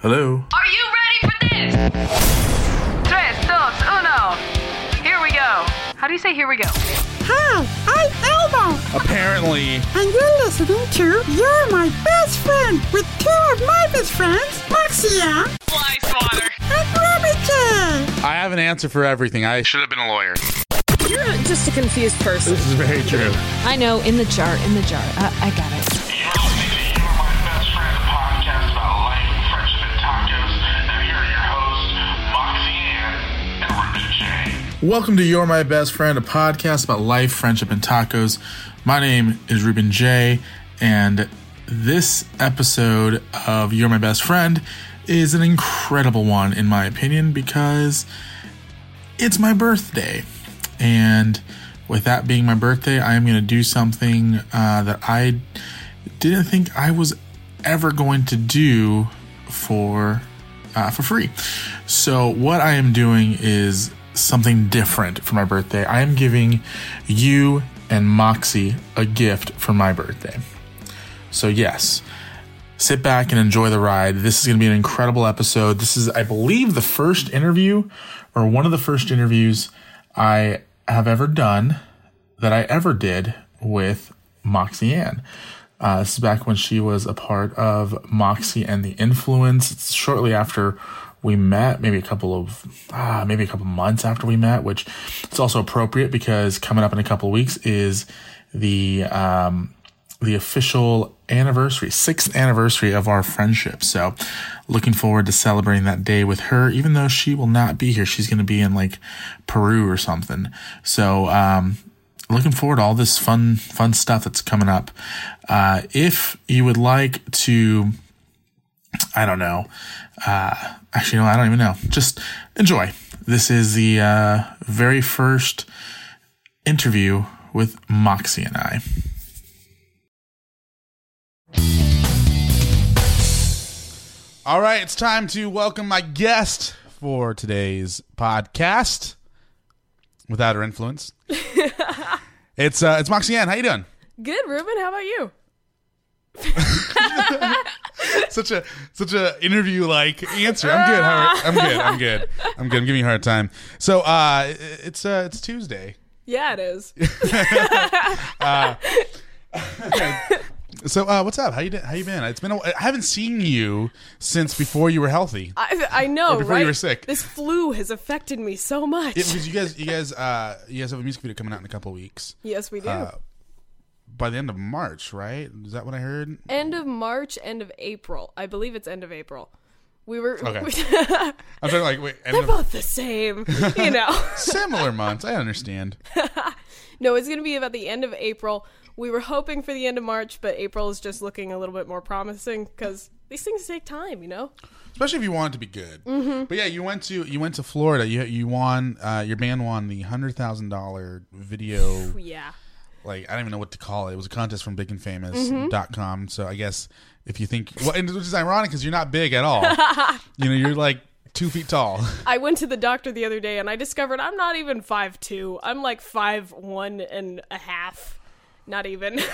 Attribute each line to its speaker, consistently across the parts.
Speaker 1: Hello.
Speaker 2: Are you ready for this? Tres, dos, uno. Here we go. How do you say here we go?
Speaker 3: Hi, I'm Elmo,
Speaker 1: Apparently,
Speaker 3: and you're listening to You're My Best Friend with two of my best friends, Moxia
Speaker 2: Fly swatter.
Speaker 3: and Ruby J.
Speaker 1: I have an answer for everything. I should have been a lawyer.
Speaker 4: You're just a confused person.
Speaker 1: This is very true.
Speaker 5: I know, in the jar, in the jar. I, I got it.
Speaker 1: Welcome to You're My Best Friend, a podcast about life, friendship, and tacos. My name is Ruben J, and this episode of You're My Best Friend is an incredible one, in my opinion, because it's my birthday. And with that being my birthday, I am going to do something uh, that I didn't think I was ever going to do for uh, for free. So what I am doing is something different for my birthday. I am giving you and Moxie a gift for my birthday. So yes, sit back and enjoy the ride. This is going to be an incredible episode. This is, I believe, the first interview or one of the first interviews I have ever done that I ever did with Moxie Ann. Uh, this is back when she was a part of Moxie and the Influence. It's shortly after we met, maybe a couple of, ah, maybe a couple months after we met, which it's also appropriate because coming up in a couple of weeks is the um, the official anniversary, sixth anniversary of our friendship. So, looking forward to celebrating that day with her, even though she will not be here. She's going to be in like Peru or something. So, um, looking forward to all this fun, fun stuff that's coming up. Uh, if you would like to, I don't know, uh, actually, no, I don't even know. Just enjoy. This is the uh, very first interview with Moxie and I. All right, it's time to welcome my guest for today's podcast. Without her influence, it's uh, it's Moxie Ann. How you doing?
Speaker 4: Good, Ruben. How about you?
Speaker 1: Such a such a interview like answer. I'm good. How are, I'm good. I'm good. I'm good. I'm giving you a hard time. So uh, it- it's uh, it's Tuesday. Uh,
Speaker 4: Yeah, it is.
Speaker 1: So uh, what's up? How you doing? How you been? It's been. A, I haven't seen you since before you were healthy.
Speaker 4: I, I know.
Speaker 1: Or before you
Speaker 4: right?
Speaker 1: were sick.
Speaker 4: This flu has affected me so much.
Speaker 1: It- because you guys, you guys, uh, you guys have a music video coming out in a couple weeks.
Speaker 4: yes, we do.
Speaker 1: Uh, by the end of March, right? Is that what I heard?
Speaker 4: end of March, end of April. I believe it's end of April. We were.
Speaker 1: Okay. I'm trying to like wait. End
Speaker 4: they're
Speaker 1: of,
Speaker 4: both the same, you know.
Speaker 1: similar months. I understand.
Speaker 4: No, it's going to be about the end of April. We were hoping for the end of March, but April is just looking a little bit more promising because these things take time, you know? Mm-hmm.
Speaker 1: especially if you want it to be good. But yeah, you went to you went to Florida. You you won uh, your band won the hundred thousand dollar video.
Speaker 4: Yeah.
Speaker 1: like I don't even know what to call it. It was a contest from
Speaker 2: Mm-hmm.
Speaker 4: Mm-hmm.
Speaker 1: BigAndFamous.com. So I guess if you think, well, and which is ironic because you're not big at all. you know, you're like two feet tall.
Speaker 4: I went to the doctor the other day and I discovered I'm not even 5'2. I'm like five one and a half. Not even.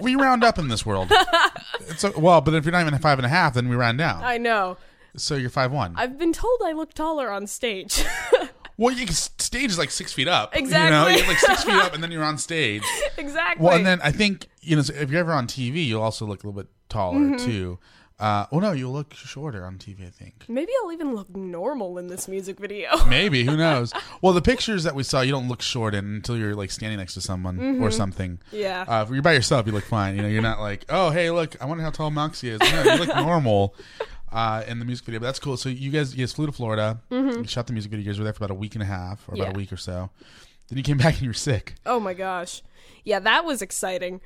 Speaker 1: We round up in this world. It's a, well, but if you're not even five and a half, then we round down.
Speaker 4: I know.
Speaker 1: so you're five one.
Speaker 4: I've been told I look taller on stage.
Speaker 1: well, you can, stage is like six feet up. You know,
Speaker 4: Exactly.
Speaker 1: you're like six feet up, and then you're on stage.
Speaker 4: exactly.
Speaker 1: Well, and then I think you know so if you're ever on TV, you'll also look a little bit taller
Speaker 4: Mm-hmm.
Speaker 1: too. Uh, well, no, you'll look shorter on TV. I think
Speaker 4: Maybe I'll even look normal in this music video.
Speaker 1: maybe who knows. well, the pictures that we saw, you don't look short in until you're like standing next to someone or something.
Speaker 4: Mm-hmm. Yeah.
Speaker 1: Uh, if you're by yourself, you look fine. You know, you're not like, oh, hey, look, I wonder how tall Moxie is. No, you look normal. Uh, in the music video, but that's cool. So you guys, you guys flew to Florida, you shot the music video. You guys were there for about a week and a half, or about
Speaker 4: Mm-hmm. Yeah.
Speaker 1: a week or so. Then you came back and you were sick.
Speaker 4: Oh my gosh. Yeah, that was exciting.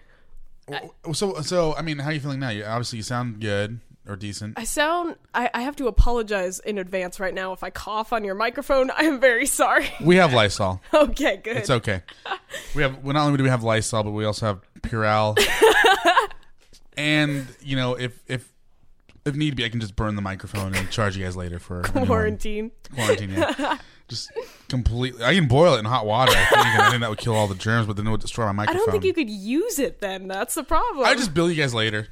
Speaker 3: so so I mean, how are you feeling now? You obviously you sound good or decent.
Speaker 4: I sound. I, I have to apologize in advance right now if I cough on your microphone. I am very sorry.
Speaker 3: we have Lysol.
Speaker 4: okay, good.
Speaker 3: It's okay. We have well, not only do we have Lysol, but we also have Purell. and you know, if if if need be, I can just burn the microphone and charge you guys later for anyone-
Speaker 4: Quarantine.
Speaker 3: Quarantine, yeah. just completely. I can boil it in hot water. I think, and I think that would kill all the germs, but then it would destroy my
Speaker 4: I
Speaker 3: microphone.
Speaker 4: don't think you could use it then. That's the problem.
Speaker 3: I just bill you guys later.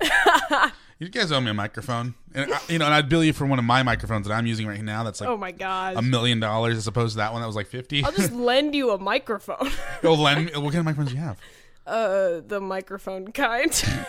Speaker 3: you guys owe me a microphone, and I, you know, and I'd bill you for one of my microphones that I'm using right now. That's like
Speaker 4: Oh my gosh.
Speaker 3: a million dollars as opposed to that one that was like fifty.
Speaker 4: I'll just lend you a microphone.
Speaker 3: Go lend me. What kind of microphones do you have?
Speaker 4: uh, the microphone kind.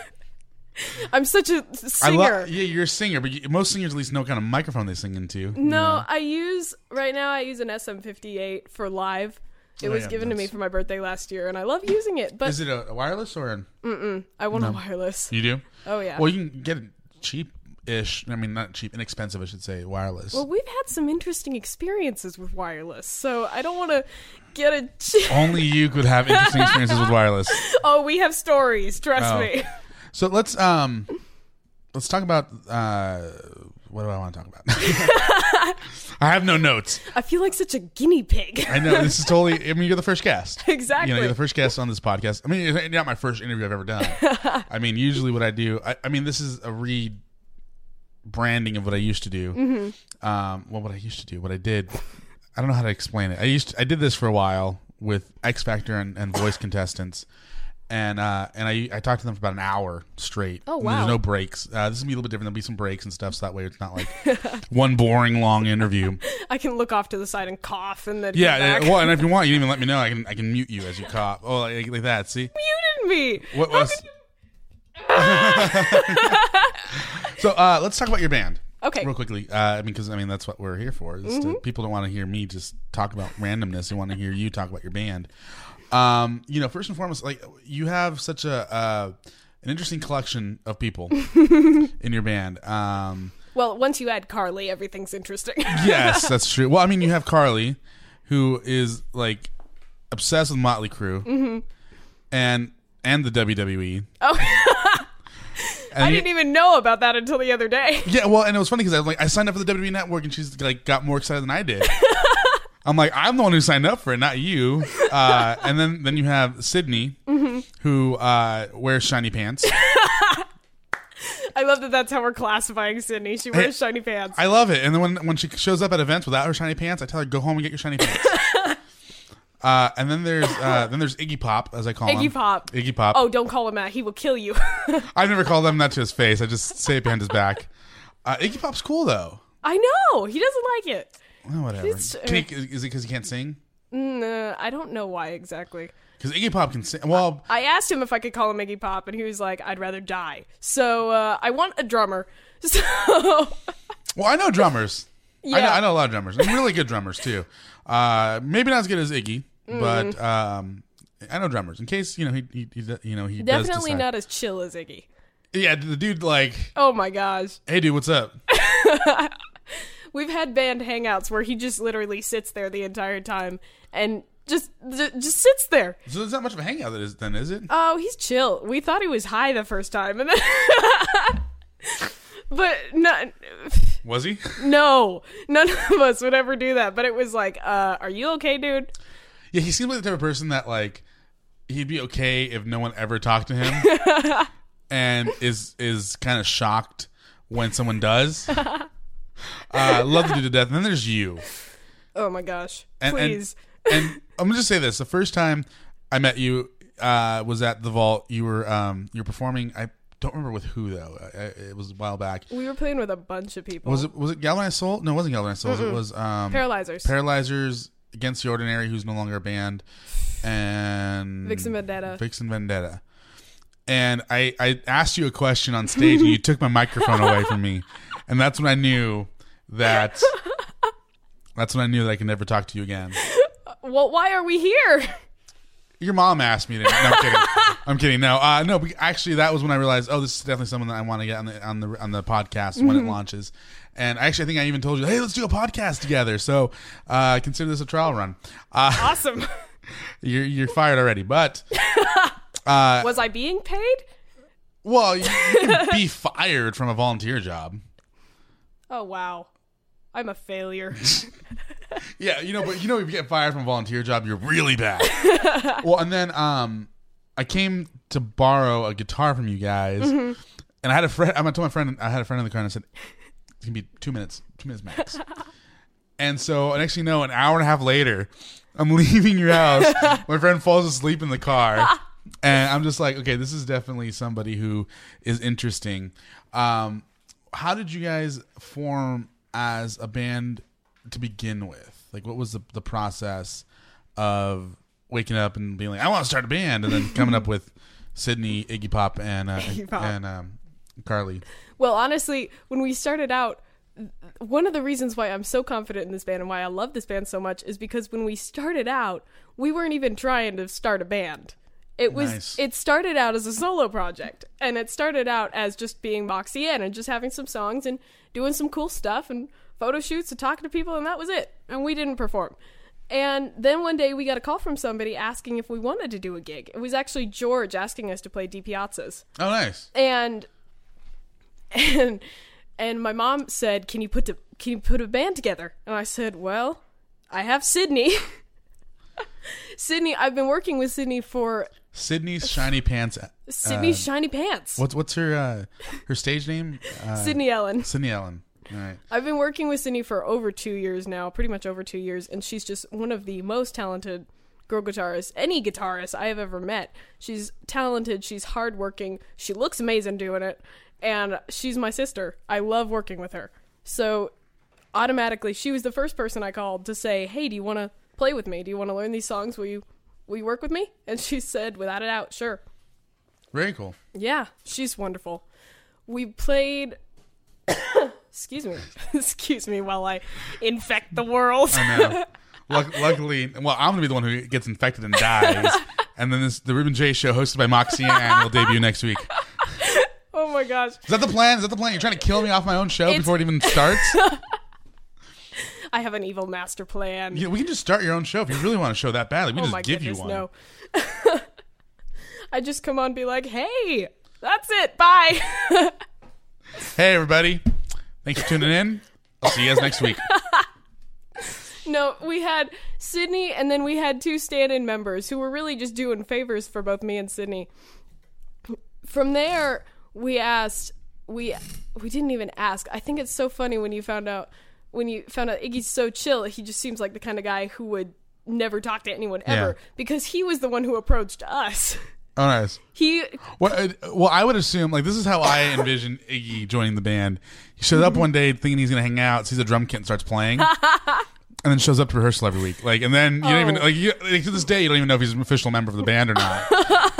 Speaker 4: I'm such a
Speaker 3: I
Speaker 4: singer.
Speaker 3: love. Yeah, you're a singer, but you, most singers at least know what kind of microphone they sing into.
Speaker 4: No, I use right now. I use an SM58 for live. It
Speaker 3: Oh,
Speaker 4: was
Speaker 3: yeah,
Speaker 4: given to me
Speaker 3: nice.
Speaker 4: for my birthday last year, and I love using it. But
Speaker 3: Is it a, a wireless or an?
Speaker 4: I want a wireless.
Speaker 3: You do.
Speaker 4: Oh yeah.
Speaker 3: Well, you can get it cheap-ish. I mean, not cheap, inexpensive. I should say wireless.
Speaker 4: Well, we've had some interesting experiences with wireless, so I don't want to get a. ch-
Speaker 3: Only you could have interesting experiences with wireless.
Speaker 4: oh, we have stories. Trust
Speaker 3: Oh.
Speaker 4: me.
Speaker 3: So let's um, let's talk about uh, what do I want to talk about? I have no notes.
Speaker 4: I feel like such a guinea pig.
Speaker 3: I know this is totally. I mean, you're the first guest.
Speaker 4: Exactly.
Speaker 3: You know, you're the first guest on this podcast. I mean, it's not my first interview I've ever done. I mean, usually what I do. I, I mean, this is a rebranding of what I used to do.
Speaker 4: Mm-hmm.
Speaker 3: Um, well, what I used to do, what I did. I don't know how to explain it. I used I did this for a while with X Factor and, and voice contestants. And uh, and I, I talked to them for about an hour straight. Oh
Speaker 4: wow.
Speaker 3: There's no breaks. Uh, this is gonna be a little bit different. There'll be some breaks and stuff, so that way it's not like one boring long interview.
Speaker 4: I can look off to the side and cough, and then
Speaker 3: Yeah,
Speaker 4: come
Speaker 3: and-
Speaker 4: back.
Speaker 3: well, and if you want, you can even let me know. I can I can mute you as you cough. Oh, like, like that. See
Speaker 4: you didn't me.
Speaker 3: what was? so uh, let's talk about your band.
Speaker 4: Okay. Mm-hmm.
Speaker 3: Real quickly, uh, I mean, because I mean that's what we're here for. is to- people don't want to hear me just talk about randomness. They want to hear you talk about your band. Um, you know, first and foremost, like you have such a uh, an interesting collection of people in your band. Um,
Speaker 4: Well, once you add Carly, everything's interesting.
Speaker 3: yes, that's true. Well, I mean, you have Carly, who is like obsessed with Motley Crue,
Speaker 4: Mm-hmm.
Speaker 3: and and the WWE. Oh,
Speaker 4: I didn't even know about that until the other day.
Speaker 3: Yeah, well, and it was funny because I was like, I signed up for the WWE Network, and she's like, got more excited than I did. I'm like, I'm the one who signed up for it, not you. Uh, and then then you have Sydney,
Speaker 4: Mm-hmm.
Speaker 3: who uh, wears shiny pants.
Speaker 4: I love that that's how we're classifying Sydney. She wears
Speaker 3: Hey,
Speaker 4: shiny pants.
Speaker 3: I love it. And then when, when she shows up at events without her shiny pants, I tell her go home and get your shiny pants. uh, and then there's uh, then there's Iggy Pop, as I call him.
Speaker 4: Iggy Pop.
Speaker 3: Iggy Pop.
Speaker 4: oh, don't call him that. He will kill you.
Speaker 3: I've never called him that to his face. I just say it behind his back. Uh, Iggy Pop's cool though.
Speaker 4: I know. He doesn't like it.
Speaker 3: Oh, whatever.
Speaker 4: It's-
Speaker 3: Can he, is it because he can't sing?
Speaker 4: Nah, Mm, uh, I don't know why exactly.
Speaker 3: Because Iggy Pop can sing. Well,
Speaker 4: I asked him if I could call him Iggy Pop, and he was like, I'd rather die. So uh, I want a drummer. So
Speaker 3: well, I know drummers. I, know,
Speaker 4: Yeah.
Speaker 3: I know a lot of drummers. And really good drummers too. Uh, maybe not as good as Iggy,
Speaker 4: Mm.
Speaker 3: but um, I know drummers. In case you know he, he, he you know he does
Speaker 4: definitely
Speaker 3: decide.
Speaker 4: not as chill as Iggy.
Speaker 3: Yeah, the dude like,
Speaker 4: Oh my gosh.
Speaker 3: hey dude, what's up?
Speaker 4: We've had band hangouts where he just literally sits there the entire time and just j- just sits there.
Speaker 3: So there's not much of a hangout that is, then, is it?
Speaker 4: Oh, he's chill. We thought he was high the first time, and then. But no,
Speaker 3: Was he?
Speaker 4: no, none of us would ever do that. But it was like, uh, "Are you okay, dude?"
Speaker 3: Yeah, he seems like the type of person that like he'd be okay if no one ever talked to him, and is is kind of shocked when someone does. Uh, love the dude to death. And then there's you.
Speaker 4: Oh my gosh!
Speaker 3: And- and-
Speaker 4: Please,
Speaker 3: and I'm gonna just say this: the first time I met you uh, was at the vault. You were um, you were performing. I don't remember with who though. I, I- it was a while back.
Speaker 4: we were playing with a bunch of people.
Speaker 3: Was it was it Galvanized Soul? No, it wasn't Galvanized Souls. It was um,
Speaker 4: Paralyzers,
Speaker 3: Paralyzers Against the Ordinary, who's no longer a band, and
Speaker 4: Vixen Vendetta.
Speaker 3: Vixen Vendetta. And I, I asked you a question on stage, and you took my microphone away from me, and that's when I knew that. That's when I knew that I could never talk to you again.
Speaker 4: well, why are we here?
Speaker 3: Your mom asked me to. No, I'm kidding. I'm kidding. No, uh, no. But actually, that was when I realized, oh, this is definitely someone that I want to get on the on the on the podcast when it launches. And actually, I think I even told you, hey, let's do a podcast together. So uh, consider this a trial run. Uh,
Speaker 4: Awesome.
Speaker 3: you're you're fired already, but
Speaker 4: Was I being paid?
Speaker 3: Well, you, you can be fired from a volunteer job.
Speaker 4: Oh wow, I'm a failure.
Speaker 3: Yeah, you know, but you know, if you get fired from a volunteer job, you're really bad. well, and then um, I came to borrow a guitar from you guys, and I had a friend. I told my friend I had a friend in the car, and I said, "It's gonna be two minutes, two minutes max." and so, next thing you know, an hour and a half later, I'm leaving your house. my friend falls asleep in the car. And I'm just like, okay, this is definitely somebody who is interesting. Um, how did you guys form as a band to begin with? Like, what was the, the process of waking up and being like, I want to start a band, and then coming up with Sydney, Iggy Pop, and uh,
Speaker 4: Pop.
Speaker 3: and um, Carly?
Speaker 4: Well, honestly, when we started out, th- one of the reasons why I'm so confident in this band and why I love this band so much is because when we started out, we weren't even trying to start a band. It was
Speaker 3: Nice.
Speaker 4: it started out as a solo project and it started out as just being Moxie Ann and just having some songs and doing some cool stuff and photo shoots and talking to people and that was it. And we didn't perform. And then one day we got a call from somebody asking if we wanted to do a gig. It was actually George asking us to play D Piazzas
Speaker 3: Oh, nice.
Speaker 4: and and and my mom said, "Can you put the can you put a band together?" And I said, "Well, I have Sydney. Sydney, I've been working with Sydney for
Speaker 3: Sydney's shiny pants.
Speaker 4: Sydney
Speaker 3: Uh,
Speaker 4: Shiny Pants.
Speaker 3: What's what's her uh, her stage name? Uh,
Speaker 4: Sydney Ellen.
Speaker 3: Sydney Ellen. All right.
Speaker 4: I've been working with Sydney for over two years now, pretty much over two years, and she's just one of the most talented girl guitarists, any guitarist I have ever met. She's talented, she's hardworking, she looks amazing doing it, and she's my sister. I love working with her. So automatically, she was the first person I called to say, "Hey, do you want to play with me? Do you want to learn these songs? Will you, will you work with me?" And she said, without a doubt, sure.
Speaker 3: Very cool.
Speaker 4: Yeah, she's wonderful. We played. excuse me. excuse me while I infect the world.
Speaker 3: Luck- luckily, well, I'm gonna be the one who gets infected and dies. and then this the Ruben J Show, hosted by Moxie and will debut next week. Is
Speaker 4: oh my gosh.
Speaker 3: that the plan? Is that the plan? You're trying to kill me off my own show before it even starts?
Speaker 4: I have an evil master plan.
Speaker 3: Yeah, we can just start your own show if you really want a show that badly. We
Speaker 4: oh
Speaker 3: can
Speaker 4: my
Speaker 3: just give
Speaker 4: goodness,
Speaker 3: you one.
Speaker 4: no. I just come on and be like, hey, that's it. Bye.
Speaker 3: Hey everybody, thanks for tuning in. I'll see you guys next week.
Speaker 4: no, we had Sydney and then we had two stand in members who were really just doing favors for both me and Sydney. From there, we asked we we didn't even ask. I think it's so funny when you found out when you found out Iggy's so chill, he just seems like the kind of guy who would never talk to anyone ever
Speaker 3: Yeah.
Speaker 4: because he was the one who approached us.
Speaker 3: All right.
Speaker 4: He
Speaker 3: What, uh, well, I would assume like this is how I envision Iggy joining the band. He shows up one day thinking he's gonna hang out, sees a drum kit, and starts playing, and then shows up to rehearsal every week. Like, and then you don't even like, you, like to this day you don't even know if he's an official member of the band or not.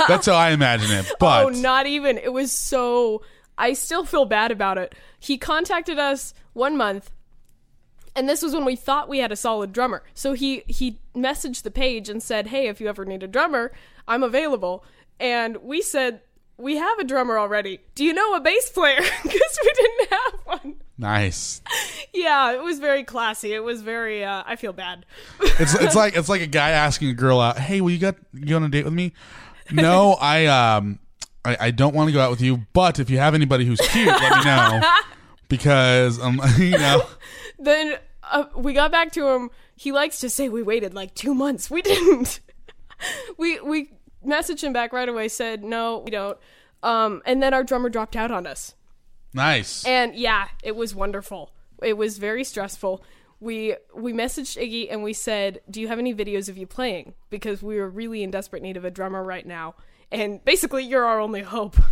Speaker 3: That's how I imagine it. But
Speaker 4: Oh, not even. It was so. I still feel bad about it. He contacted us one month, and this was when we thought we had a solid drummer. So he he messaged the page and said, "Hey, if you ever need a drummer, I'm available." And we said, "We have a drummer already. Do you know a bass player?" Because we didn't have one.
Speaker 3: nice.
Speaker 4: Yeah, it was very classy. It was very. Uh, I feel bad.
Speaker 3: It's it's like it's like a guy asking a girl out. Hey, will you got you go on a date with me? No, I um I, I don't want to go out with you. But if you have anybody who's cute, let me know because um you know.
Speaker 4: then uh, we got back to him. He likes to say we waited like two months. We didn't. we we messaged him back right away. Said no, we don't. Um, and then our drummer dropped out on us.
Speaker 3: Nice.
Speaker 4: And yeah, it was wonderful. It was very stressful. We we messaged Iggy and we said, "Do you have any videos of you playing? Because we were really in desperate need of a drummer right now, and basically you're our only hope."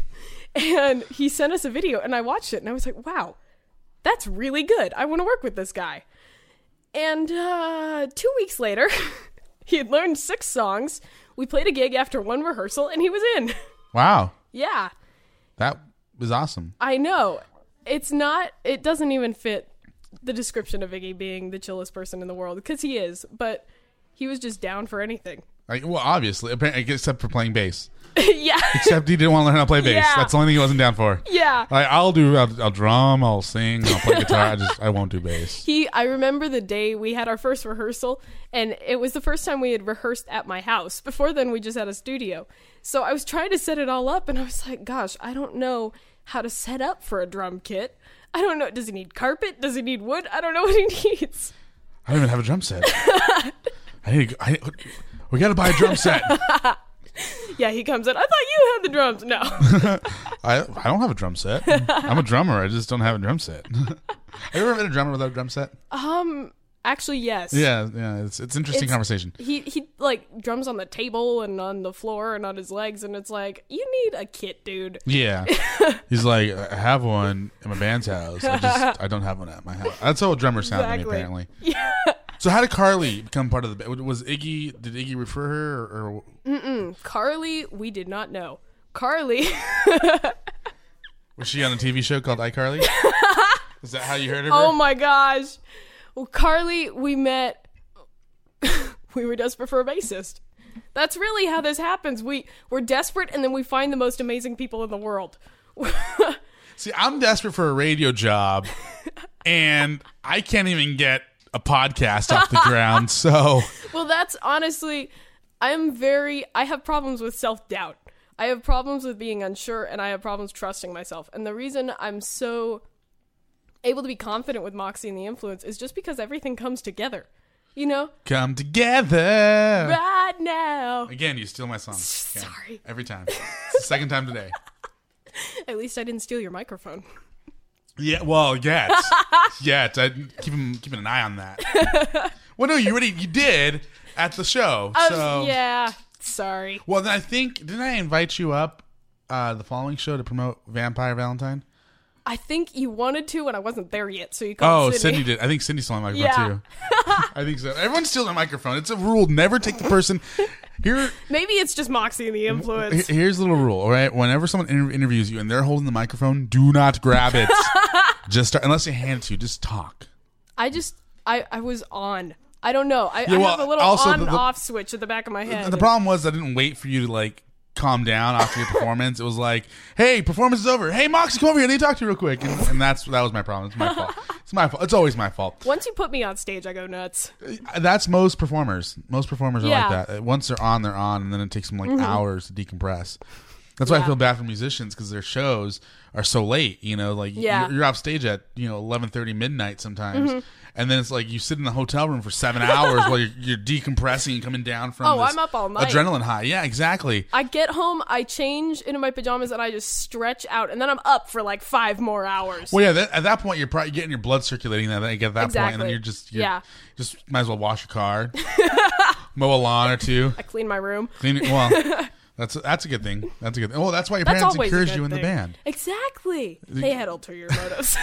Speaker 4: And he sent us a video, and I watched it, and I was like, "Wow, that's really good. I want to work with this guy." And uh, two weeks later, he had learned six songs. We played a gig after one rehearsal, and he was in.
Speaker 3: Wow.
Speaker 4: yeah,
Speaker 3: That was awesome.
Speaker 4: I know. It's not it doesn't even fit the description of Iggy being the chillest person in the world because he is, but he was just down for anything.
Speaker 3: Like, well, obviously, apparently, except for playing bass.
Speaker 4: yeah.
Speaker 3: Except he didn't want to learn how to play bass.
Speaker 4: Yeah.
Speaker 3: That's the only thing he wasn't down for.
Speaker 4: Yeah.
Speaker 3: Like, I'll do. I'll, I'll drum. I'll sing. I'll play guitar. I just. I won't do bass.
Speaker 4: He, I remember the day we had our first rehearsal, and it was the first time we had rehearsed at my house. Before then, we just had a studio. So I was trying to set it all up, and I was like, gosh, I don't know how to set up for a drum kit. I don't know. Does he need carpet? Does he need wood? I don't know what he needs.
Speaker 3: I don't even have a drum set. I need. To, go- I, we gotta buy a drum set.
Speaker 4: Yeah, he comes in. I thought you had the drums. No.
Speaker 3: I. I don't have a drum set. I'm a drummer. I just don't have a drum set. have you ever been a drummer without a drum set?
Speaker 4: Actually, yes.
Speaker 3: Yeah. Yeah. It's it's interesting
Speaker 4: Uh, It's-
Speaker 3: conversation.
Speaker 4: He he like drums on the table and on the floor and on his legs and it's like you need a kit, dude.
Speaker 3: Yeah. He's like, I have one in my band's house. I just I don't have one at my house. That's how a drummer sound to me,
Speaker 4: Exactly.
Speaker 3: apparently. Yeah. So how did Carly become part of the band? Was Iggy? Did Iggy refer her? Or, or
Speaker 4: Carly, we did not know. Carly,
Speaker 3: was she on a TV show called iCarly? Is that how you heard of her?
Speaker 4: oh my gosh. Well, Carly, we met we were desperate for a bassist. That's really how this happens. We we're desperate and then we find the most amazing people in the world.
Speaker 3: See, I'm desperate for a radio job, and I can't even get a podcast off the ground. So
Speaker 4: Well, that's honestly, I'm very, I have problems with self doubt. I have problems with being unsure and I have problems trusting myself. And the reason I'm so able to be confident with Moxie and the influence is just because everything comes together. You know,
Speaker 3: come together.
Speaker 4: right now.
Speaker 3: Again, Uh, you steal my song. Again.
Speaker 4: Sorry.
Speaker 3: Every time. It's the second time today.
Speaker 4: At least I didn't steal your microphone.
Speaker 3: Yeah, well, yes, yes. I keep keeping an eye on that. well, no, you already you did at the show.
Speaker 4: Um,
Speaker 3: so
Speaker 4: yeah, sorry.
Speaker 3: Well, then I think didn't I invite you up uh, the following show to promote Vampire Valentine?
Speaker 4: I think you wanted to and I wasn't there yet, so you
Speaker 3: Oh,
Speaker 4: called
Speaker 3: Sydney did. I think Sydney stole my microphone
Speaker 4: Yeah.
Speaker 3: too. I think so. Everyone steals my microphone. It's a rule. Never take the person. Here,
Speaker 4: Maybe it's just Moxie and the
Speaker 3: Here-
Speaker 4: influence.
Speaker 3: Here's a little rule, all right? Whenever someone inter- interviews you and they're holding the microphone, do not grab it. just start, unless they hand it to you, just talk.
Speaker 4: I just, I, I was on. I don't know. I, I
Speaker 3: well,
Speaker 4: have a little
Speaker 3: also
Speaker 4: on
Speaker 3: the-
Speaker 4: and
Speaker 3: the-
Speaker 4: off switch at the back of my head.
Speaker 3: The problem was I didn't wait for you to like calm down after your performance. It was like, hey, performance is over. Hey, Moxie, come over here. I need to talk to you real quick. And, and that's that was my problem. It's my fault. It's my fault. It's always my fault.
Speaker 4: Once you put me on stage, I go nuts.
Speaker 3: That's most performers. Most performers are
Speaker 4: Yeah. Mm-hmm.
Speaker 3: like that. Uh, Once they're on, they're on, and then it takes them like hours to decompress. That's why I feel bad for musicians because their shows are so late. You know, like
Speaker 4: Yeah. Mm-hmm.
Speaker 3: you're, you're off stage at you know eleven thirty midnight sometimes, and then it's like you sit in the hotel room for seven hours while you're, you're decompressing and coming down from.
Speaker 4: Oh,
Speaker 3: this
Speaker 4: I'm up all night.
Speaker 3: Adrenaline high. Yeah, exactly.
Speaker 4: I get home, I change into my pajamas, and I just stretch out, and then I'm up for like five more hours.
Speaker 3: Well, yeah. That, at that point, you're probably getting your blood circulating. That you get at that point, and then
Speaker 4: Exactly.
Speaker 3: you're just you're,
Speaker 4: Yeah.
Speaker 3: Just might as well wash your car, mow a lawn or two.
Speaker 4: I clean my room.
Speaker 3: Clean it. Well, that's that's a good thing. That's a good. thing. Oh, that's why your
Speaker 4: That's
Speaker 3: parents
Speaker 4: always a
Speaker 3: encouraged
Speaker 4: good
Speaker 3: you in the
Speaker 4: thing.
Speaker 3: band.
Speaker 4: Exactly. They had ulterior motives.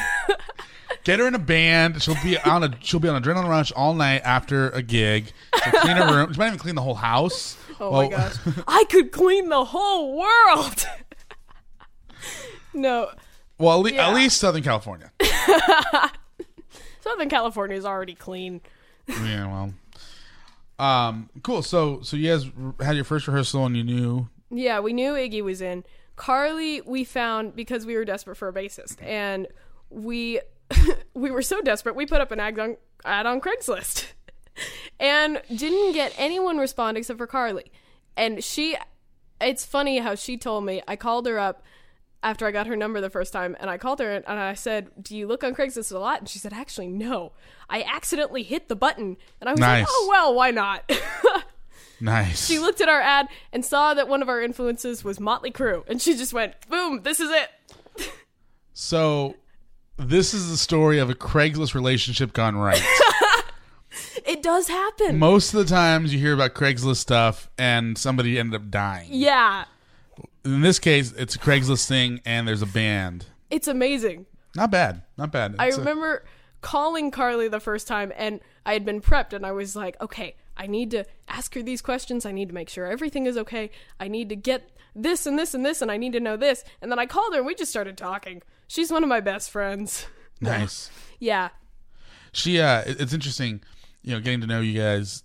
Speaker 3: Get her in a band. She'll be on a she'll be on adrenaline rush all night after a gig. She'll clean her room. She might even clean the whole house.
Speaker 4: oh my gosh, I could clean the whole world. no,
Speaker 3: Well, at, le-
Speaker 4: Yeah.
Speaker 3: at least Southern California.
Speaker 4: Southern California is already clean.
Speaker 3: yeah. Well. Um. Cool. So so you guys had your first rehearsal and you knew.
Speaker 4: Yeah, we knew Iggy was in. Carly, we found because we were desperate for a bassist, and we we were so desperate we put up an ad on, ad on Craigslist, and didn't get anyone respond except for Carly. And she, it's funny how she told me. I called her up after I got her number the first time, and I called her and I said, "Do you look on Craigslist a lot?" And she said, "Actually, no. I accidentally hit the button." And I was
Speaker 3: Nice.
Speaker 4: like, "Oh well, why not?"
Speaker 3: Nice.
Speaker 4: She looked at our ad and saw that one of our influences was Motley Crue, and she just went, "Boom! This is it."
Speaker 3: so. This is the story of a Craigslist relationship gone right.
Speaker 4: It does happen.
Speaker 3: Most of the times you hear about Craigslist stuff and somebody ended up dying.
Speaker 4: yeah,
Speaker 3: In this case, it's a Craigslist thing, and there's a band.
Speaker 4: it's amazing.
Speaker 3: Not bad, not bad.
Speaker 4: I
Speaker 3: It's a-
Speaker 4: remember calling Carly the first time, and I had been prepped, and I was like, "Okay, I need to ask her these questions. I need to make sure everything is okay. I need to get this and this and this, and I need to know this." And then I called her, and we just started talking. She's one of my best friends.
Speaker 3: nice.
Speaker 4: Yeah,
Speaker 3: She, uh, it- it's interesting, you know, getting to know you guys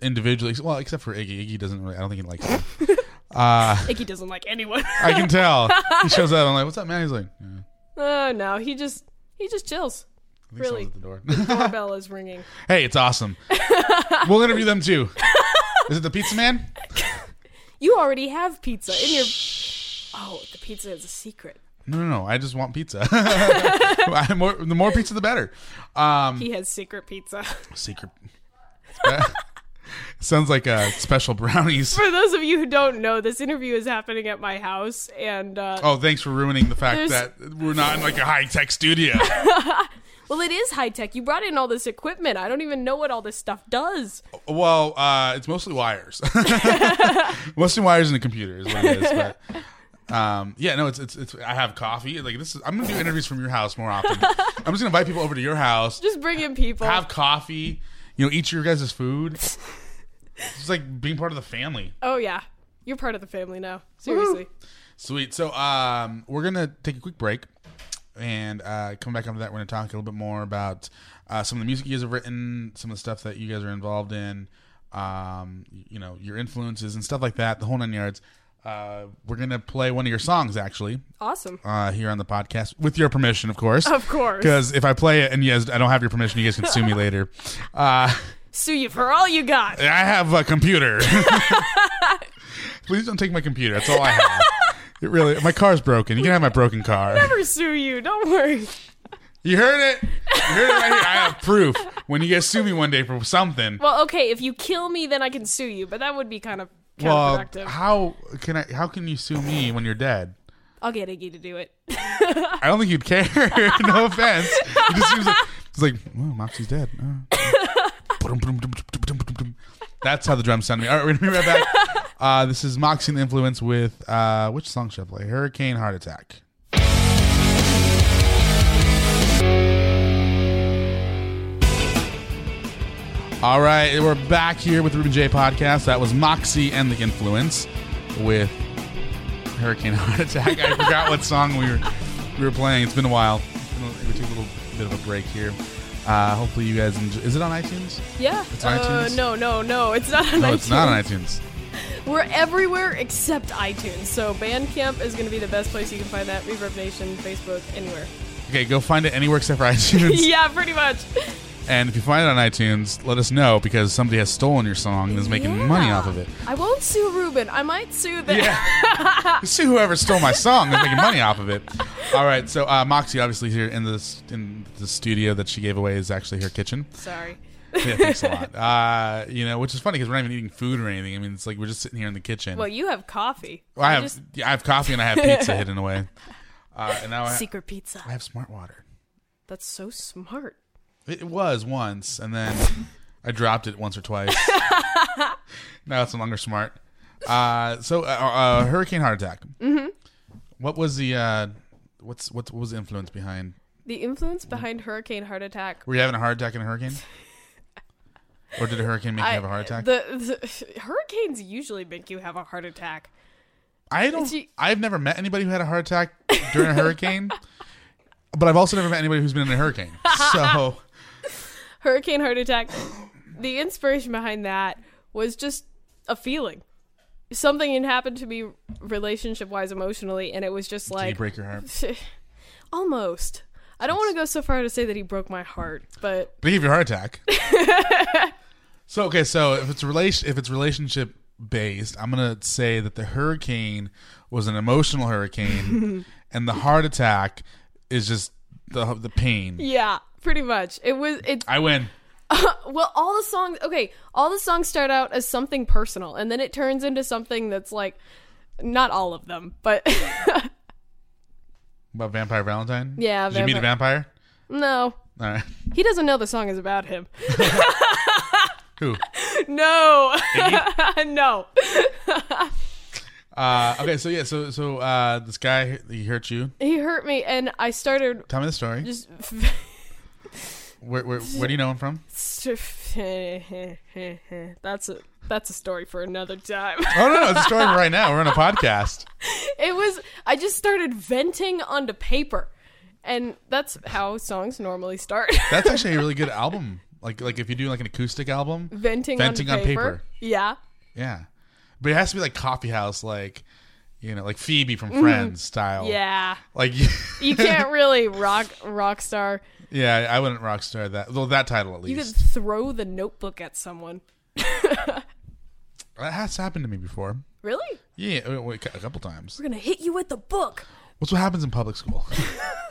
Speaker 3: individually. Well, except for Iggy. Iggy doesn't really. I don't think he likes. Him.
Speaker 4: Icky doesn't like anyone.
Speaker 3: I can tell. He shows up. I'm like, "What's up, man?" He's like, yeah,
Speaker 4: oh no, he just he just chills.
Speaker 3: "I think
Speaker 4: Really?
Speaker 3: someone's at the door."
Speaker 4: Doorbell is ringing.
Speaker 3: hey, it's awesome. we'll interview them too. Is it the pizza man?
Speaker 4: You already have pizza in your. Oh, the pizza is a secret.
Speaker 3: No, no, no. I just want pizza. I- more- the more pizza, the better. Um,
Speaker 4: He has secret pizza.
Speaker 3: secret. Sounds like uh, special brownies.
Speaker 4: For those of you who don't know, this interview is happening at my house, and uh,
Speaker 3: Oh, thanks for ruining the fact
Speaker 4: There's-
Speaker 3: that we're not in like a high tech studio.
Speaker 4: well, it is high tech. You brought in all this equipment. I don't even know what all this stuff does.
Speaker 3: well, uh, it's mostly wires, mostly wires in the computer is what it is. But um, yeah, no, it's, it's it's I have coffee. Like this is I'm gonna do interviews from your house more often. I'm just gonna invite people over to your house,
Speaker 4: Just bring in people.
Speaker 3: have coffee, you know, eat your guys' food. It's like being part of the family.
Speaker 4: oh yeah, you're part of the family now. Seriously.
Speaker 3: Sweet. So um, we're gonna take a quick break, and uh, come back after that. We're gonna talk a little bit more about uh, some of the music you guys have written, some of the stuff that you guys are involved in, um, y- you know, your influences and stuff like that. The whole nine yards. Uh, we're gonna play one of your songs actually
Speaker 4: Awesome.
Speaker 3: uh, here on the podcast with your permission, of course.
Speaker 4: Of course.
Speaker 3: Because if I play it and yes, I don't have your permission, you guys can sue me later. Uh,
Speaker 4: Sue you for all you got.
Speaker 3: I have a computer. Please don't take my computer. That's all I have. It really, my car's broken. You can have my broken car.
Speaker 4: Never sue you. Don't worry.
Speaker 3: You heard it. You heard it right here. I have proof. When you guys sue me one day for something,
Speaker 4: Well, okay, if you kill me, then I can sue you, but that would be kind of
Speaker 3: well,
Speaker 4: counterproductive.
Speaker 3: how can I? How can you sue me when you're dead?
Speaker 4: I'll get Iggy to do it.
Speaker 3: I don't think you'd care. no offense. It just seems like it's like, well, Moxie's dead. Uh, That's how the drums sound to me. All right, we're gonna be right back. Uh, this is Moxie and the Influence with uh, which song should I play? Hurricane Heart Attack. All right, we're back here with Ruben J podcast. That was Moxie and the Influence with Hurricane Heart Attack. I forgot what song we were we were playing. It's been a while. It's been a- We took a little bit of a break here. Uh, hopefully, you guys enjoy. Is it on iTunes?
Speaker 4: Yeah.
Speaker 3: It's on
Speaker 4: uh,
Speaker 3: iTunes?
Speaker 4: no, no, no. It's not on
Speaker 3: No,
Speaker 4: iTunes.
Speaker 3: it's not on iTunes.
Speaker 4: We're everywhere except iTunes. So Bandcamp is going to be the best place you can find that. Reverb Nation, Facebook, anywhere.
Speaker 3: Okay, go find it anywhere except for iTunes.
Speaker 4: yeah, pretty much.
Speaker 3: And if you find it on iTunes, let us know because somebody has stolen your song and is making money off of it.
Speaker 4: I won't sue Ruben. I might sue them.
Speaker 3: See whoever stole my song is making money off of it. All right, so uh, Moxie obviously here in the in the studio that she gave away is actually her kitchen.
Speaker 4: Sorry.
Speaker 3: Yeah, thanks a lot. Uh, you know, which is funny because we're not even eating food or anything. I mean, it's like we're just sitting here in the kitchen.
Speaker 4: Well, you have coffee.
Speaker 3: Well, I have
Speaker 4: just-
Speaker 3: yeah, I have coffee and I have pizza hidden away, uh, and now I,
Speaker 4: Secret pizza.
Speaker 3: I have smart water.
Speaker 4: That's so smart.
Speaker 3: It was once, and then I dropped it once or twice. now it's no longer smart. Uh, so, uh, uh, hurricane heart attack. Mm-hmm. What was the uh, what's what was the influence behind?
Speaker 4: The influence behind Hurricane Heart Attack
Speaker 3: Were you having a heart attack in a hurricane, or did a hurricane make you have a heart attack?
Speaker 4: The, the hurricanes usually make you have a heart attack.
Speaker 3: I don't.
Speaker 4: She-
Speaker 3: I've never met anybody who had a heart attack during a hurricane, but I've also never met anybody who's been in a hurricane. So
Speaker 4: Hurricane heart attack. The inspiration behind that was just a feeling. Something had happened to me relationship wise emotionally, and it was just
Speaker 3: did you
Speaker 4: like
Speaker 3: break your heart?
Speaker 4: almost. I don't want to go so far to say that he broke my heart, but
Speaker 3: They give you a heart attack. so okay, so if it's relation, if it's relationship based, I'm gonna say that the hurricane was an emotional hurricane, and the heart attack is just the the pain.
Speaker 4: yeah, pretty much. It was it
Speaker 3: I win.
Speaker 4: well, all the songs okay, all the songs start out as something personal and then it turns into something that's like not all of them, but
Speaker 3: About Vampire Valentine.
Speaker 4: Yeah,
Speaker 3: Did you meet a vampire?
Speaker 4: no.
Speaker 3: All right.
Speaker 4: He doesn't know the song is about him.
Speaker 3: Who?
Speaker 4: No. no.
Speaker 3: Uh, okay, so yeah, so so uh, this guy he hurt you.
Speaker 4: He hurt me and I started
Speaker 3: Tell me the story.
Speaker 4: just
Speaker 3: Where, where, where do you know him from?
Speaker 4: That's a that's a story for another time.
Speaker 3: Oh no, no, it's a story right now. We're on a podcast.
Speaker 4: It was I just started venting onto paper. And that's how songs normally start.
Speaker 3: That's actually a really good album Like like if you do like an acoustic album,
Speaker 4: venting,
Speaker 3: Venting
Speaker 4: on,
Speaker 3: on
Speaker 4: paper.
Speaker 3: paper.
Speaker 4: Yeah.
Speaker 3: yeah. But it has to be like coffee house, like you know, like Phoebe from Friends style.
Speaker 4: Mm-hmm. Yeah.
Speaker 3: Like
Speaker 4: You can't really rock rock star.
Speaker 3: yeah, I wouldn't rock star that. Well, that title at
Speaker 4: You could
Speaker 3: least.
Speaker 4: throw the notebook at someone.
Speaker 3: That has happened to me before.
Speaker 4: Really?
Speaker 3: Yeah, uh, wait, a couple times.
Speaker 4: We're gonna hit you with the book.
Speaker 3: What's what happens in public school?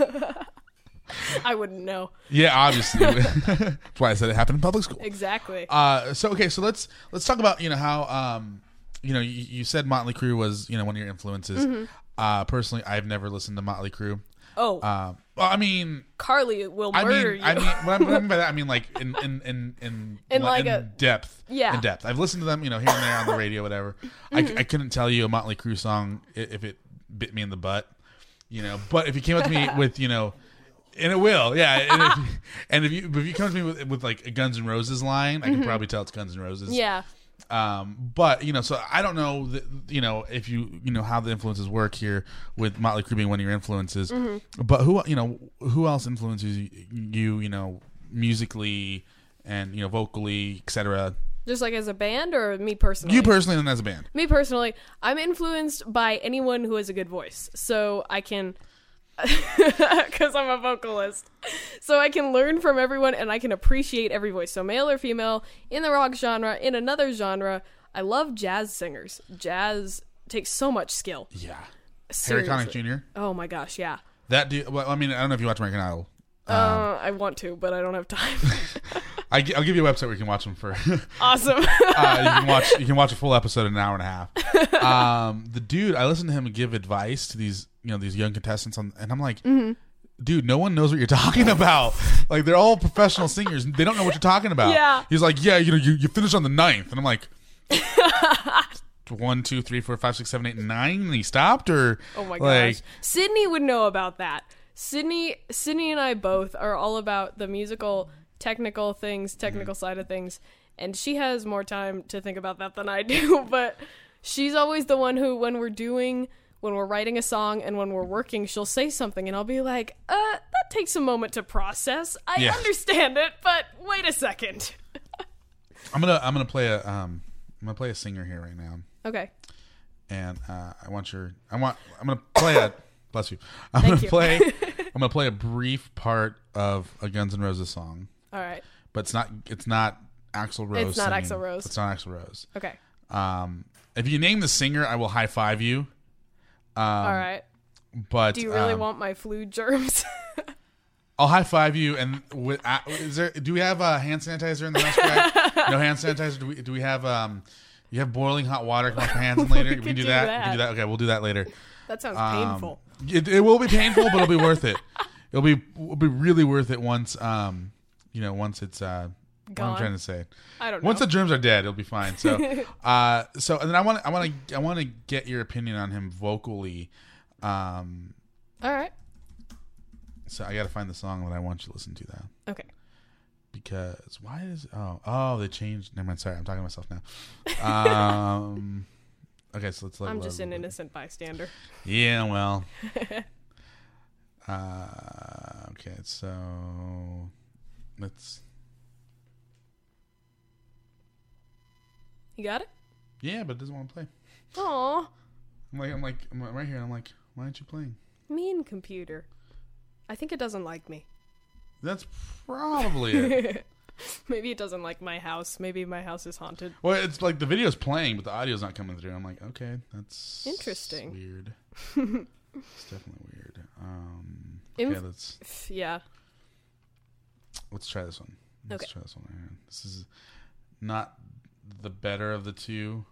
Speaker 4: I wouldn't know
Speaker 3: yeah, obviously. That's why I said it happened in public school.
Speaker 4: exactly.
Speaker 3: Uh, so okay, so let's let's talk about you know how um, you know you, you said Motley Crue was you know one of your influences. Uh, personally, I've never listened to Motley Crue.
Speaker 4: oh,
Speaker 3: Uh, well, I mean,
Speaker 4: Carly will
Speaker 3: I
Speaker 4: murder
Speaker 3: mean,
Speaker 4: you.
Speaker 3: I mean, what I mean by that, I mean like in in in in,
Speaker 4: In
Speaker 3: li-
Speaker 4: like
Speaker 3: in
Speaker 4: a-
Speaker 3: depth,
Speaker 4: Yeah.
Speaker 3: in depth. I've listened to them, you know, here and there on the radio, whatever. I c- I, couldn't tell you a Motley Crue song i- if it bit me in the butt, you know. But if you came up to me with, you know, and it will, yeah. And if you, and if you, if you come to me with, with like a Guns N' Roses line, I
Speaker 4: Mm-hmm.
Speaker 3: can probably tell it's Guns N' Roses.
Speaker 4: yeah.
Speaker 3: Um, but you know, so I don't know, that, you know, if you you know how the influences work here with Motley Crue being one of your influences, but who you know who else influences y- you you know musically and you know vocally etc.
Speaker 4: Just like as a band or me personally?
Speaker 3: You personally and as a band,
Speaker 4: me personally, I'm influenced by anyone who has a good voice. So I can. Because I'm a vocalist. So I can learn from everyone and I can appreciate every voice. So, male or female, in the rock genre, in another genre. I love jazz singers. Jazz takes so much skill.
Speaker 3: yeah.
Speaker 4: Seriously.
Speaker 3: Harry Connick Jr.
Speaker 4: Oh my gosh, yeah.
Speaker 3: That dude. Well, I mean, I don't know if you watch American Idol.
Speaker 4: Uh, I want to, but I don't have time.
Speaker 3: I, gi- I'll give you a website where you can watch them for.
Speaker 4: awesome.
Speaker 3: uh, you can watch you can watch a full episode in an hour and a half. Um, the dude, I listened to him give advice to these you know these young contestants on, and I'm like.
Speaker 4: Mm-hmm.
Speaker 3: Dude, no one knows what you're talking about. Like they're all professional singers. and They don't know what you're talking about.
Speaker 4: Yeah.
Speaker 3: He's like, yeah, you know, you, you finish on the ninth, and I'm like, one, two, three, four, five, six, seven, eight, nine, and he stopped. Or
Speaker 4: Oh my
Speaker 3: like,
Speaker 4: gosh. Sydney would know about that. Sydney Sydney and I both are all about the musical technical
Speaker 3: Mm-hmm.
Speaker 4: things, technical side of things, and she has more time to think about that than I do, but she's always the one who when we're doing when we're writing a song and when we're working, she'll say something and I'll be like, "Uh, that takes a moment to process. I
Speaker 3: Yeah.
Speaker 4: understand it, but wait a second.
Speaker 3: I'm gonna I'm gonna play a um I'm gonna play a singer here right now.
Speaker 4: Okay.
Speaker 3: and uh, I want your I want I'm gonna play a bless you I'm gonna
Speaker 4: you.
Speaker 3: play I'm gonna play a brief part of a Guns N' Roses song,
Speaker 4: All right.
Speaker 3: but it's not it's not Axl Rose.
Speaker 4: It's not
Speaker 3: singing.
Speaker 4: Axl Rose.
Speaker 3: It's not Axl Rose.
Speaker 4: Okay.
Speaker 3: Um, if you name the singer, I will high five you.
Speaker 4: All right.
Speaker 3: But
Speaker 4: Do you really
Speaker 3: um,
Speaker 4: want my flu germs?
Speaker 3: I'll high five you. And with uh, is there do we have uh, hand sanitizer in the last rack? no hand sanitizer. Do we do we have um? You have boiling hot water. Can wash your hands in later. we, can
Speaker 4: could
Speaker 3: do
Speaker 4: do
Speaker 3: that. We can do
Speaker 4: that.
Speaker 3: that. Okay, we'll do that later.
Speaker 4: that sounds
Speaker 3: Um,
Speaker 4: painful.
Speaker 3: It, it will be painful, but it'll be worth it. It'll be it'll be really worth it once um you know once it's uh what I'm
Speaker 4: Gone.
Speaker 3: trying to say.
Speaker 4: I don't know.
Speaker 3: Once the germs are dead, it'll be fine. So uh so and then I want to I want to I want to get your opinion on him vocally. Um
Speaker 4: All right.
Speaker 3: so I got to find the song that I want you to listen to though.
Speaker 4: Okay.
Speaker 3: Because why is oh oh they changed never mind sorry I'm talking to myself now um okay so let's let
Speaker 4: I'm just
Speaker 3: let-
Speaker 4: an innocent bystander.
Speaker 3: Yeah, well. uh, okay, so let's.
Speaker 4: You got it?
Speaker 3: Yeah, but it doesn't want to play.
Speaker 4: Aw.
Speaker 3: I'm like, I'm like, I'm right here. and I'm like, why aren't you playing?
Speaker 4: Mean computer. I think it doesn't like me.
Speaker 3: That's probably it.
Speaker 4: Maybe it doesn't like my house. Maybe my house is haunted.
Speaker 3: well, it's like the video's playing, but the audio's not coming through. I'm like, okay, that's
Speaker 4: Interesting.
Speaker 3: Weird. it's definitely weird. Um,
Speaker 4: Inf-
Speaker 3: yeah, let's
Speaker 4: Pff, Yeah.
Speaker 3: let's try this one. Let's
Speaker 4: Okay.
Speaker 3: try this one. Right here. This is not the better of the two.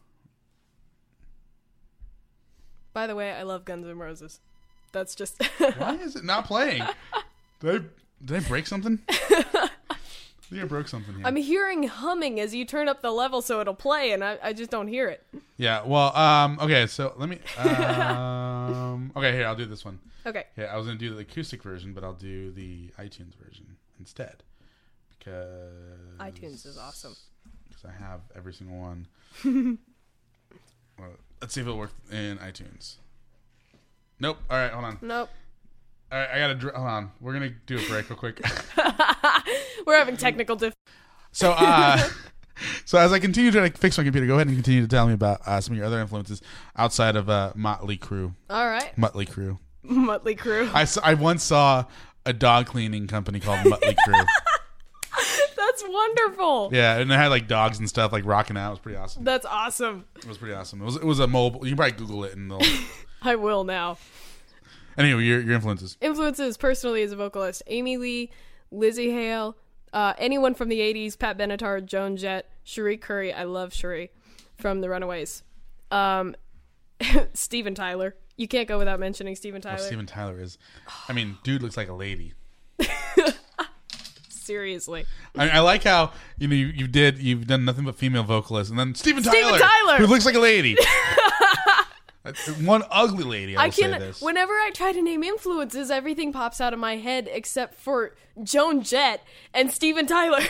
Speaker 4: By the way, I love Guns N' Roses. That's just.
Speaker 3: Why is it not playing? Did I, did I break something? I think I broke something here.
Speaker 4: I'm hearing humming as you turn up the level so it'll play, and I, I just don't hear it.
Speaker 3: yeah. Well. Um. Okay. So let me. Um. okay. Here, I'll do this one.
Speaker 4: Okay.
Speaker 3: Okay. I was gonna do the acoustic version, but I'll do the iTunes version instead because
Speaker 4: iTunes is awesome.
Speaker 3: because I have every single one. well, let's see if it'll work in iTunes. Nope. All right. Hold on.
Speaker 4: Nope.
Speaker 3: All right. I gotta. Dr- hold on. We're gonna do a break real quick.
Speaker 4: We're having technical diff.
Speaker 3: So, uh, so as I continue to like, fix my computer, go ahead and continue to tell me about uh, some of your other influences outside of uh, Motley Crue.
Speaker 4: All right,
Speaker 3: Motley Crue.
Speaker 4: Muttley Crew.
Speaker 3: I, s- I once saw a dog cleaning company called Motley Crue.
Speaker 4: That's wonderful.
Speaker 3: Yeah, and they had like dogs and stuff like rocking out. It was pretty awesome.
Speaker 4: That's awesome.
Speaker 3: It was pretty awesome. It was it was a mobile. You can probably Google it and they'll.
Speaker 4: I will now.
Speaker 3: anyway, your your influences.
Speaker 4: Influences personally as a vocalist: Amy Lee, Lizzie Hale, uh, anyone from the '80s, Pat Benatar, Joan Jett, Cherie Curry. I love Cherie from The Runaways. Um, Steven Tyler. You can't go without mentioning Steven Tyler.
Speaker 3: Steven Tyler is. I mean, dude looks like a lady.
Speaker 4: Seriously,
Speaker 3: I, I like how you know you, you did you've done nothing but female vocalists, and then Steven Tyler,
Speaker 4: Steven Tyler!
Speaker 3: who looks like a lady, Uh, one ugly lady. I,
Speaker 4: I
Speaker 3: will say
Speaker 4: can.
Speaker 3: this.
Speaker 4: Whenever I try to name influences, everything pops out of my head except for Joan Jett and Steven Tyler.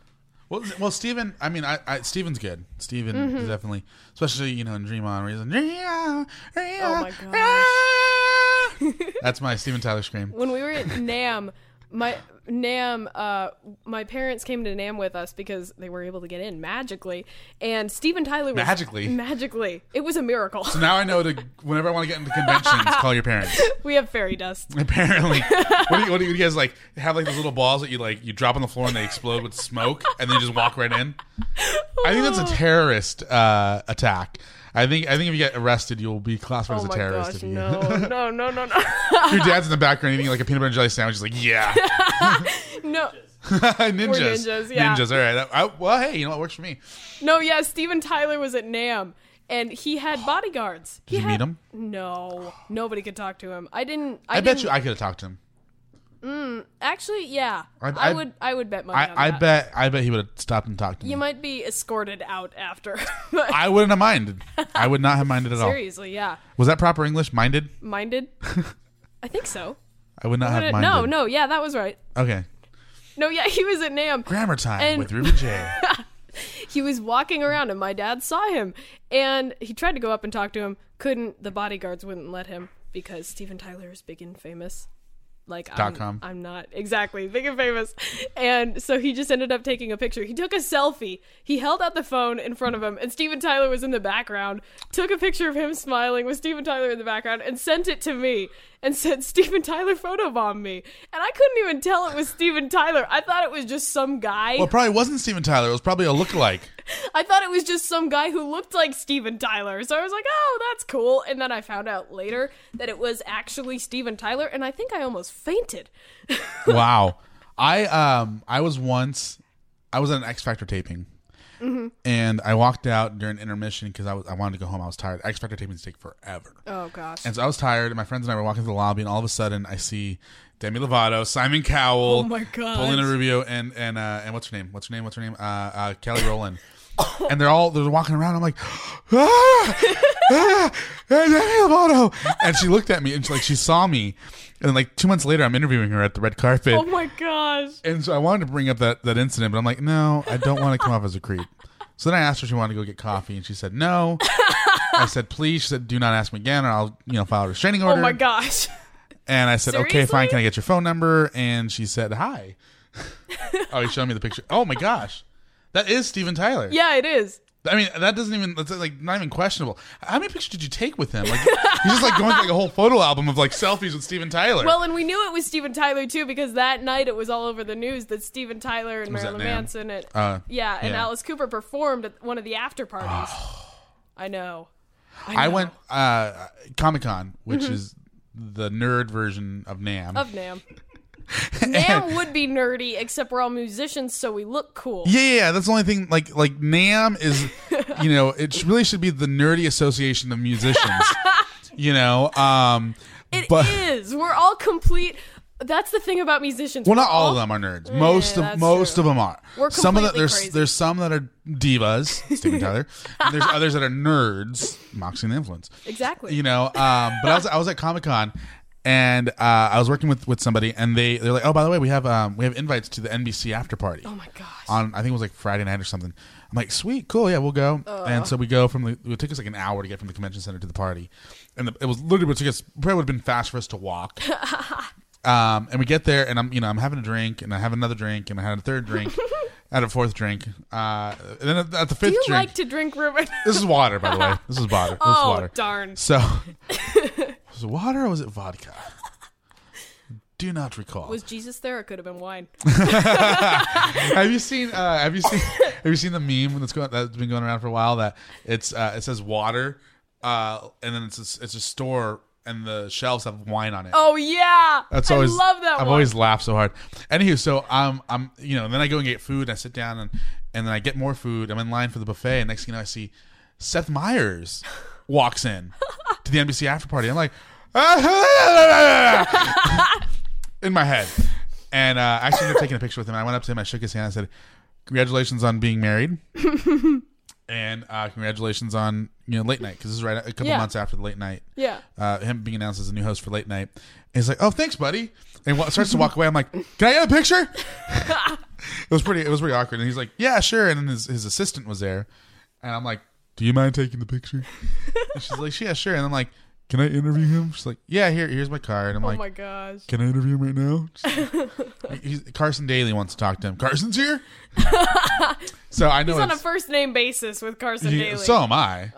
Speaker 3: well, well, Steven. I mean, I, I Steven's good. Steven is
Speaker 4: Mm-hmm.
Speaker 3: definitely, especially you know in Dream On, where he's like, "Dream on, dream
Speaker 4: Oh
Speaker 3: on,
Speaker 4: my
Speaker 3: dream
Speaker 4: Oh gosh.
Speaker 3: on." Ah! That's my Steven Tyler scream.
Speaker 4: when we were at Nam, my Nam, uh, my parents came to Nam with us because they were able to get in magically, and Steven Tyler was
Speaker 3: Magically?
Speaker 4: magically. It was a miracle.
Speaker 3: Now I know to whenever I want to get into conventions, call your parents.
Speaker 4: we have fairy dust.
Speaker 3: Apparently, what do, you, what do you guys like? Have like those little balls that you like you drop on the floor and they explode with smoke, and then you just walk right in. I think that's a terrorist uh, attack. I think I think if you get arrested, you'll be classified
Speaker 4: Oh
Speaker 3: as a
Speaker 4: my
Speaker 3: terrorist.
Speaker 4: gosh!
Speaker 3: if you,
Speaker 4: No, no, no, no, no,
Speaker 3: your dad's in the background eating like a peanut butter and jelly sandwich. He's like, yeah,
Speaker 4: no,
Speaker 3: ninjas,
Speaker 4: ninjas, yeah.
Speaker 3: ninjas. All right, I, well, hey, you know what works for me?
Speaker 4: no. Yeah, Steven Tyler was at Nam, and he had bodyguards. He
Speaker 3: Did you
Speaker 4: had-
Speaker 3: meet him?
Speaker 4: No, nobody could talk to him. I didn't. I,
Speaker 3: I, bet
Speaker 4: didn't-
Speaker 3: you I could have talked to him.
Speaker 4: Actually, yeah, I,
Speaker 3: I- I-
Speaker 4: would. I would bet money. on
Speaker 3: I, I
Speaker 4: that.
Speaker 3: bet I bet he would have stopped and talked to me.
Speaker 4: Oh, you might be escorted out after. but
Speaker 3: I wouldn't have minded. I would not have minded at all.
Speaker 4: seriously, yeah.
Speaker 3: Was that proper English? Minded?
Speaker 4: Minded? I think so.
Speaker 3: I would not have minded.
Speaker 4: No, no, yeah, that was right.
Speaker 3: Okay.
Speaker 4: No, yeah, he was at NAM.
Speaker 3: Grammar time
Speaker 4: And-
Speaker 3: with Ruby J.
Speaker 4: He was walking around and my dad saw him and he tried to go up and talk to him. Couldn't the bodyguards wouldn't let him because Steven Tyler is big and famous. Like I'm,
Speaker 3: com.
Speaker 4: I'm not exactly big and famous. And so he just ended up taking a picture. He took a selfie. He held out the phone in front of him and Steven Tyler was in the background. Took a picture of him smiling with Steven Tyler in the background and sent it to me and said Steven Tyler photobombed me. And I couldn't even tell it was Steven Tyler. I thought it was just some guy.
Speaker 3: Well, it probably wasn't Steven Tyler. It was probably a lookalike.
Speaker 4: I thought it was just some guy who looked like Steven Tyler. So I was like, oh, that's cool. And then I found out later that it was actually Steven Tyler, and I think I almost fainted.
Speaker 3: wow. I um I was once I was at an X Factor taping. And I walked out during intermission because I was I wanted to go home. I was tired. X Factor tapings take forever.
Speaker 4: Oh, gosh.
Speaker 3: And so I was tired, and my friends and I were walking through the lobby, and all of a sudden I see Demi Lovato, Simon Cowell, oh
Speaker 4: my God.
Speaker 3: Paulina Rubio, and and uh, and what's her name? What's her name? What's her name? Uh, uh, Kelly Rowland. and they're all they're walking around. I'm like, ah, ah, Demi Lovato, and she looked at me, and she, like she saw me, and like two months later I'm interviewing her at the red carpet.
Speaker 4: Oh, my gosh.
Speaker 3: And so I wanted to bring up that, that incident, but I'm like, no, I don't want to come off as a creep. So then I asked her if she wanted to go get coffee, and she said no. I said, please. She said, do not ask me again, or I'll you know file a restraining
Speaker 4: Oh,
Speaker 3: order.
Speaker 4: my gosh.
Speaker 3: And I said, okay,
Speaker 4: Seriously?
Speaker 3: fine. Can I get your phone number? And she said, hi. oh, you showed me the picture. Oh my gosh, that is Steven Tyler.
Speaker 4: Yeah, it is.
Speaker 3: I mean, that doesn't even that's like not even questionable. How many pictures did you take with him? Like, he's just like going through like a whole photo album of like selfies with Steven Tyler.
Speaker 4: Well, and we knew it was Steven Tyler, too, because that night it was all over the news that Steven Tyler and
Speaker 3: Was that
Speaker 4: Marilyn
Speaker 3: Nam?
Speaker 4: Manson and,
Speaker 3: Uh,
Speaker 4: yeah, and
Speaker 3: yeah. Oh.
Speaker 4: Alice Cooper performed at one of the after parties. I know.
Speaker 3: I
Speaker 4: know.
Speaker 3: went uh, Comic Con, which is the nerd version of Nam.
Speaker 4: Mm-hmm. Of Nam. Nam would be nerdy, except we're all musicians, so we look cool.
Speaker 3: yeah, yeah, yeah, that's the only thing. Like, like Nam is, you know, it sh- really should be the nerdy association of musicians. you know, um,
Speaker 4: It
Speaker 3: but
Speaker 4: is. We're all complete. That's the thing about musicians.
Speaker 3: well, not
Speaker 4: We're
Speaker 3: all of them are nerds. Most
Speaker 4: that's
Speaker 3: of most
Speaker 4: true.
Speaker 3: of them are.
Speaker 4: We're
Speaker 3: some of the,
Speaker 4: completely
Speaker 3: there's
Speaker 4: crazy.
Speaker 3: there's some that are divas, Steven Tyler. And there's others that are nerds, Moxie and the Influence.
Speaker 4: Exactly.
Speaker 3: you know um but i was i was at comic-con and uh i was working with with somebody and they they're like oh by the way we have um we have invites to the nbc after party oh my
Speaker 4: gosh.
Speaker 3: on i think it was like friday night or something i'm like sweet cool yeah we'll go
Speaker 4: Uh-huh.
Speaker 3: and so we go from the it took us like an hour to get from the convention center to the party and the, it was literally it took us probably would have been fast for us to walk um and we get there and i'm you know i'm having a drink and i have another drink and i had a third drink at a fourth drink. Uh, and then at- at the fifth
Speaker 4: Do you
Speaker 3: drink,
Speaker 4: like to drink Ruben?
Speaker 3: this is water, by the way. This is water. This is
Speaker 4: Oh,
Speaker 3: water.
Speaker 4: darn.
Speaker 3: So, was it water or was it vodka? Do not recall.
Speaker 4: Was Jesus there? It could have been wine.
Speaker 3: have you seen? Uh, have you seen? Have you seen the meme that's going that's been going around for a while? That it's uh, it says water, uh, and then it's a, it's a store, and the shelves have wine on it.
Speaker 4: Oh yeah,
Speaker 3: That's always
Speaker 4: I love that
Speaker 3: I've
Speaker 4: one.
Speaker 3: always laughed so hard. Anywho, so um, I'm you know, and then I go and get food, and I sit down, and and then I get more food. I'm in line for the buffet, and next thing you know, I see Seth Meyers walks in to the NBC after party. I'm like, in my head, and uh, I actually ended up taking a picture with him. I went up to him, I shook his hand, I said, "Congratulations on being married." And uh, congratulations on you know late night because this is right a couple
Speaker 4: Yeah.
Speaker 3: months after the late night
Speaker 4: yeah.
Speaker 3: uh, him being announced as the new host for late night. And he's like, "Oh, thanks, buddy," and wa- starts to walk away. I'm like, "Can I get a picture?" it was pretty. It was pretty awkward. And he's like, "Yeah, sure." And then his, his assistant was there, and I'm like, "Do you mind taking the picture?" and she's like, "Yeah, sure." And I'm like, "Can I interview him?" She's like, "Yeah, here, here's my card." I'm
Speaker 4: Oh
Speaker 3: like,
Speaker 4: my gosh.
Speaker 3: "Can I interview him right now?" She's like- he's, Carson Daly wants to talk to him. Carson's here, so I know
Speaker 4: He's on a
Speaker 3: it's-
Speaker 4: first name basis with Carson
Speaker 3: yeah, Mm.
Speaker 4: Daly.
Speaker 3: so am I.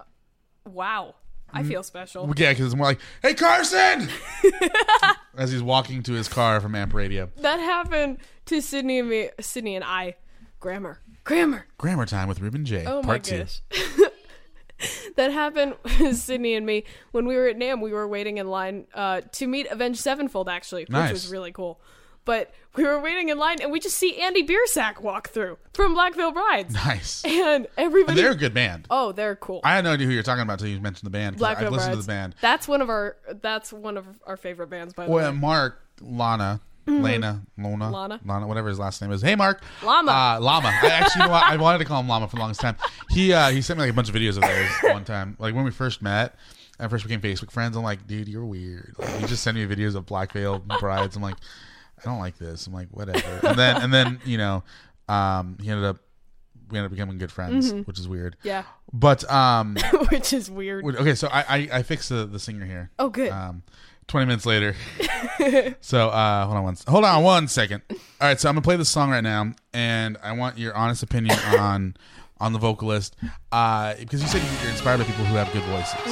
Speaker 4: wow, I feel special.
Speaker 3: Yeah, because it's more like, "Hey, Carson!" as he's walking to his car from Amp Radio.
Speaker 4: That happened to Sydney and me. Sydney and I. Grammar, grammar.
Speaker 3: Grammar time with Ruben J.
Speaker 4: Oh
Speaker 3: part
Speaker 4: my
Speaker 3: two.
Speaker 4: gosh. that happened with Sydney and me when we were at NAM. We were waiting in line uh, to meet Avenged Sevenfold, actually,
Speaker 3: Nice.
Speaker 4: which was really cool. But we were waiting in line, and we just see Andy Biersack walk through from Blackville Brides,
Speaker 3: Nice.
Speaker 4: and everybody.
Speaker 3: They're a good band.
Speaker 4: oh, they're cool.
Speaker 3: I had no idea who you're talking about until you mentioned the band. 'cause
Speaker 4: Black
Speaker 3: I've
Speaker 4: Veil
Speaker 3: listened to
Speaker 4: Brides.
Speaker 3: the band. Oh,
Speaker 4: That's one of our that's one of our favorite bands by the
Speaker 3: Well,
Speaker 4: way.
Speaker 3: Mark, Lana, Lena, Lona,
Speaker 4: Mm-hmm. Lana.
Speaker 3: Lana, whatever his last name is. Hey, Mark.
Speaker 4: Llama.
Speaker 3: Uh, Llama. I actually, you know what? I wanted to call him Llama for the longest time. He uh, he sent me like a bunch of videos of theirs one time. Like when we first met, and first became Facebook friends. I'm like, dude, you're weird. Like, he just sent me videos of Black Veil brides. I'm like, I don't like this. I'm like, whatever. And then and then you know, um, he ended up we ended up becoming good friends, which is weird.
Speaker 4: Mm-hmm. Yeah.
Speaker 3: But um,
Speaker 4: Which is weird.
Speaker 3: okay, so I I, I fixed the the singer here.
Speaker 4: Oh good.
Speaker 3: Um, 20 minutes later. so uh, hold on one. Hold on one second. All right, so I'm gonna play this song right now, and I want your honest opinion on on the vocalist uh, because you said you're inspired by people who have good voices.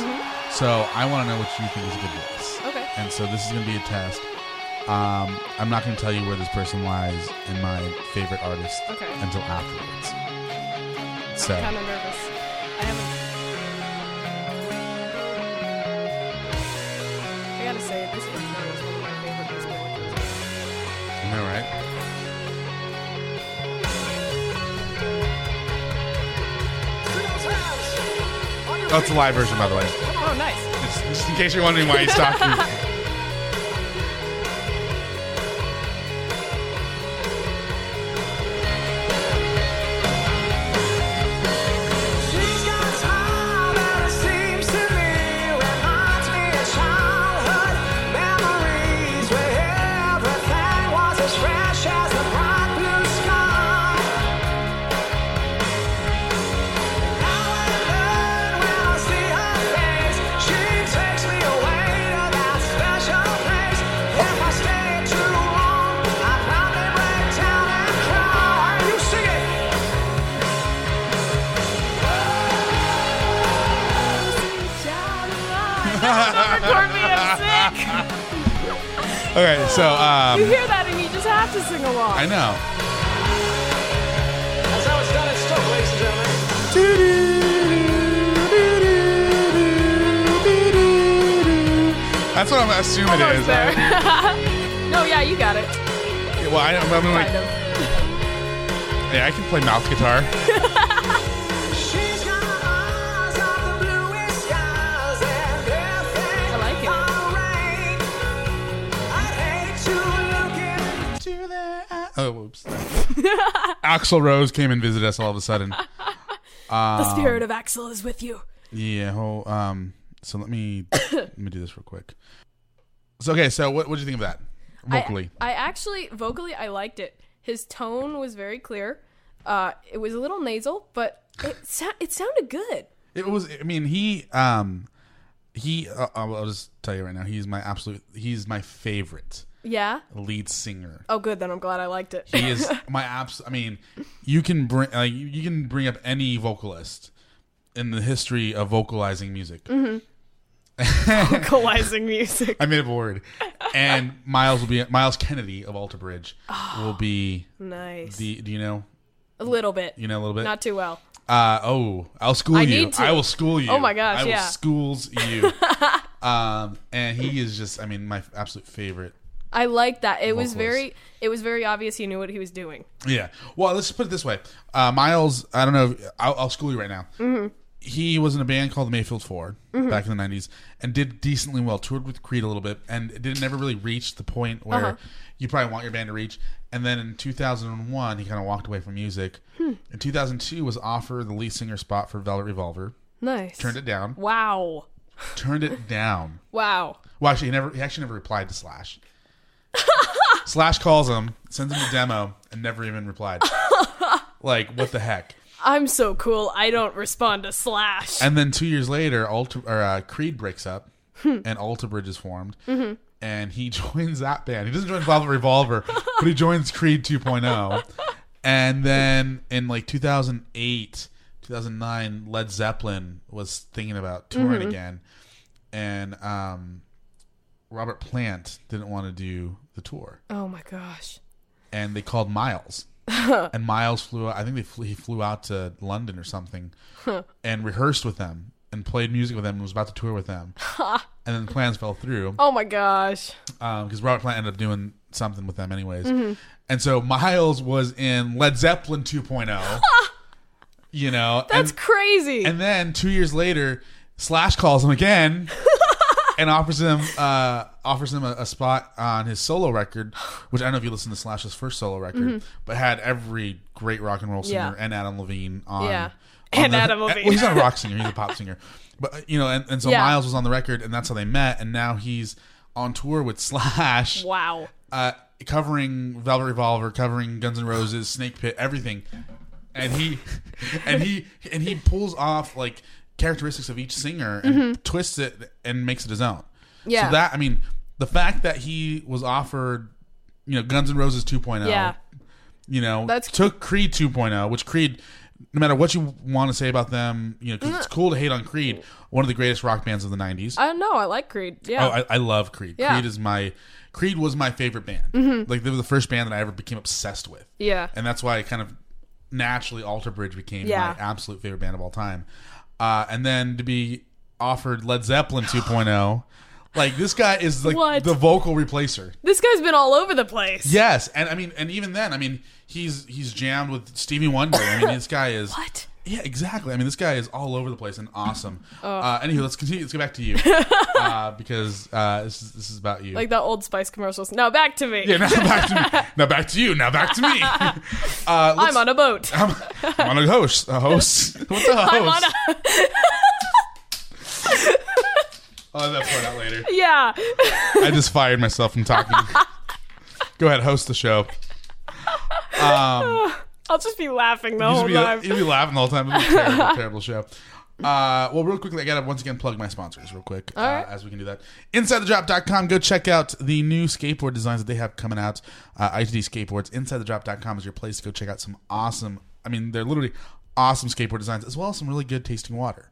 Speaker 3: So I want to know what you think is a good voice.
Speaker 4: Mm-hmm. Okay.
Speaker 3: And so this is gonna be a test. Um, I'm not gonna tell you where this person lies in my favorite artist
Speaker 4: Okay.
Speaker 3: until afterwards. So
Speaker 4: kind of nervous. I haven't I gotta say this intro is one of my favorite music videos.
Speaker 3: I know, right? That's Oh, a live version, by the way.
Speaker 4: Oh nice.
Speaker 3: Just, just in case you're wondering why he stopped me.
Speaker 4: Record me I'm sick.
Speaker 3: Okay, so
Speaker 4: You
Speaker 3: um,
Speaker 4: hear that and you just have to sing along.
Speaker 3: I know. That's what I'm assuming it
Speaker 4: Almost
Speaker 3: is.
Speaker 4: there.
Speaker 3: Right?
Speaker 4: no, yeah, you got it.
Speaker 3: Well, I, I'm, I'm like,
Speaker 4: Kind of.
Speaker 3: yeah, I can play mouth guitar.
Speaker 4: I like it.
Speaker 3: Oh, oops. Axel Rose came and visited us all of a sudden.
Speaker 4: The spirit of Axel is with you.
Speaker 3: Yeah. Well, um. So let me let me do this real quick. So okay. So what what do you think of that vocally?
Speaker 4: I, I actually vocally I liked it. His tone was very clear. Uh, it was a little nasal, but it sa- it sounded good.
Speaker 3: it was. I mean, he um he. Uh, I'll I'll just tell you right now. He's my absolute. He's my favorite.
Speaker 4: Yeah.
Speaker 3: lead singer.
Speaker 4: Oh, good. Then I'm glad I liked it.
Speaker 3: He is my abs. I mean, you can bring like you- you can bring up any vocalist in the history of vocalizing music.
Speaker 4: vocalizing music.
Speaker 3: I made up a word, and Miles will be Miles Kennedy of Alter Bridge will be
Speaker 4: Nice.
Speaker 3: the. Do you know?
Speaker 4: a little bit.
Speaker 3: You know a little bit.
Speaker 4: Not too well.
Speaker 3: Uh, oh, I'll school
Speaker 4: I
Speaker 3: you.
Speaker 4: need to.
Speaker 3: I will school you.
Speaker 4: Oh my gosh,
Speaker 3: I will
Speaker 4: yeah.
Speaker 3: schools you. um, and he is just, I mean, my absolute favorite.
Speaker 4: I like that. It was
Speaker 3: Vocalist.
Speaker 4: very. It was very obvious he knew what he was doing.
Speaker 3: Yeah. Well, let's put it this way. Uh, Miles, I don't know. if- I'll, I'll school you right now.
Speaker 4: Mm-hmm.
Speaker 3: He was in a band called the Mayfield Four back in the '90s, and did decently well. Toured with Creed a little bit, and it didn't ever really reach the point where
Speaker 4: Uh-huh.
Speaker 3: you probably want your band to reach. And then in 2001, he kind of walked away from music.
Speaker 4: Hmm.
Speaker 3: In 2002, was offered the lead singer spot for Velvet Revolver,
Speaker 4: Nice.
Speaker 3: turned it down.
Speaker 4: Wow.
Speaker 3: Turned it down.
Speaker 4: Wow.
Speaker 3: Well, actually, he never. He actually never replied to Slash. Slash calls him, sends him a demo, and never even replied. like, what the heck?
Speaker 4: I'm so cool. I don't respond to slash.
Speaker 3: And then two years later, Alter, or, uh, Creed breaks up, and Alter Bridge is formed, and he joins that band. He doesn't join Velvet Revolver, but he joins Creed 2.0. And then in like 2008, 2009, Led Zeppelin was thinking about touring again, and um, Robert Plant didn't want to do the tour
Speaker 4: oh my gosh.
Speaker 3: and they called Miles. and Miles flew. out- I think they flew, he flew out to London or something, and rehearsed with them and played music with them and was about to tour with them. and then the plans fell through
Speaker 4: Oh my gosh.
Speaker 3: because Robert Plant ended up doing something with them anyways.
Speaker 4: Mm-hmm.
Speaker 3: And so Miles was in Led Zeppelin 2.0. you know,
Speaker 4: That's
Speaker 3: and,
Speaker 4: crazy.
Speaker 3: and then two years later, Slash calls him again and offers him uh, offers him a, a spot on his solo record, which I don't know if you listened to Slash's first solo record, but had every great rock and roll singer
Speaker 4: Mm-hmm. Yeah.
Speaker 3: and Adam Levine on.
Speaker 4: Yeah.
Speaker 3: on
Speaker 4: And
Speaker 3: the-
Speaker 4: Adam Levine.
Speaker 3: Well, he's not a rock singer; he's a pop singer. But uh, you know, and, and so
Speaker 4: Yeah.
Speaker 3: Miles was on the record, and that's how they met. And now he's on tour with Slash
Speaker 4: wow.
Speaker 3: uh, covering Velvet Revolver, covering Guns N' Roses, Snake Pit, everything, and he and he and he pulls off like characteristics of each singer and twists it and makes it his own.
Speaker 4: Mm-hmm. Yeah.
Speaker 3: So that I mean, the fact that he was offered, you know, Guns N' Roses 2.0.
Speaker 4: Yeah.
Speaker 3: You know,
Speaker 4: That's-
Speaker 3: took Creed 2.0, which Creed. No matter what you want to say about them, you know, 'cause
Speaker 4: Mm.
Speaker 3: it's cool to hate on Creed, one of the greatest rock bands of the '90s.
Speaker 4: I don't know. I like Creed. Yeah.
Speaker 3: Oh, I, I love Creed.
Speaker 4: Yeah. Mm-hmm.
Speaker 3: Creed is my Creed was my favorite band. Like they were the first band that I ever became obsessed with.
Speaker 4: Yeah.
Speaker 3: and that's why I kind of naturally Alter Bridge became
Speaker 4: Yeah.
Speaker 3: my absolute favorite band of all time. Uh, and then to be offered Led Zeppelin 2.0, like this guy is like
Speaker 4: What?
Speaker 3: the vocal replacer.
Speaker 4: this guy's been all over the place.
Speaker 3: Yes, and I mean, and even then, I mean, he's he's jammed with Stevie Wonder. I mean, this guy is
Speaker 4: What?
Speaker 3: Yeah, exactly. I mean, this guy is all over the place and awesome.
Speaker 4: Oh.
Speaker 3: Uh, anywho, let's continue. Let's go back to you uh, because uh, this is this is about you.
Speaker 4: Like the Old Spice commercials. Now back to me.
Speaker 3: yeah, now back to me. Now back to you. Now back to me. Uh, let's-
Speaker 4: I'm on a boat.
Speaker 3: I'm, I'm on a host. A host. What's a host?
Speaker 4: I'm on a.
Speaker 3: I'll have that part out later.
Speaker 4: Yeah.
Speaker 3: I just fired myself from talking. go ahead, host the show.
Speaker 4: I'll just be laughing the
Speaker 3: You'd
Speaker 4: whole
Speaker 3: be,
Speaker 4: time.
Speaker 3: you'd be laughing the whole time. It'd be a terrible, terrible show. Uh, well, real quickly, I got to once again plug my sponsors real quick uh, as we can do that. InsideTheDrop.com. Go check out the new skateboard designs that they have coming out. Uh, ITD Skateboards. InsideTheDrop.com is your place to go check out some awesome, I mean, they're literally awesome skateboard designs as well as some really good tasting water.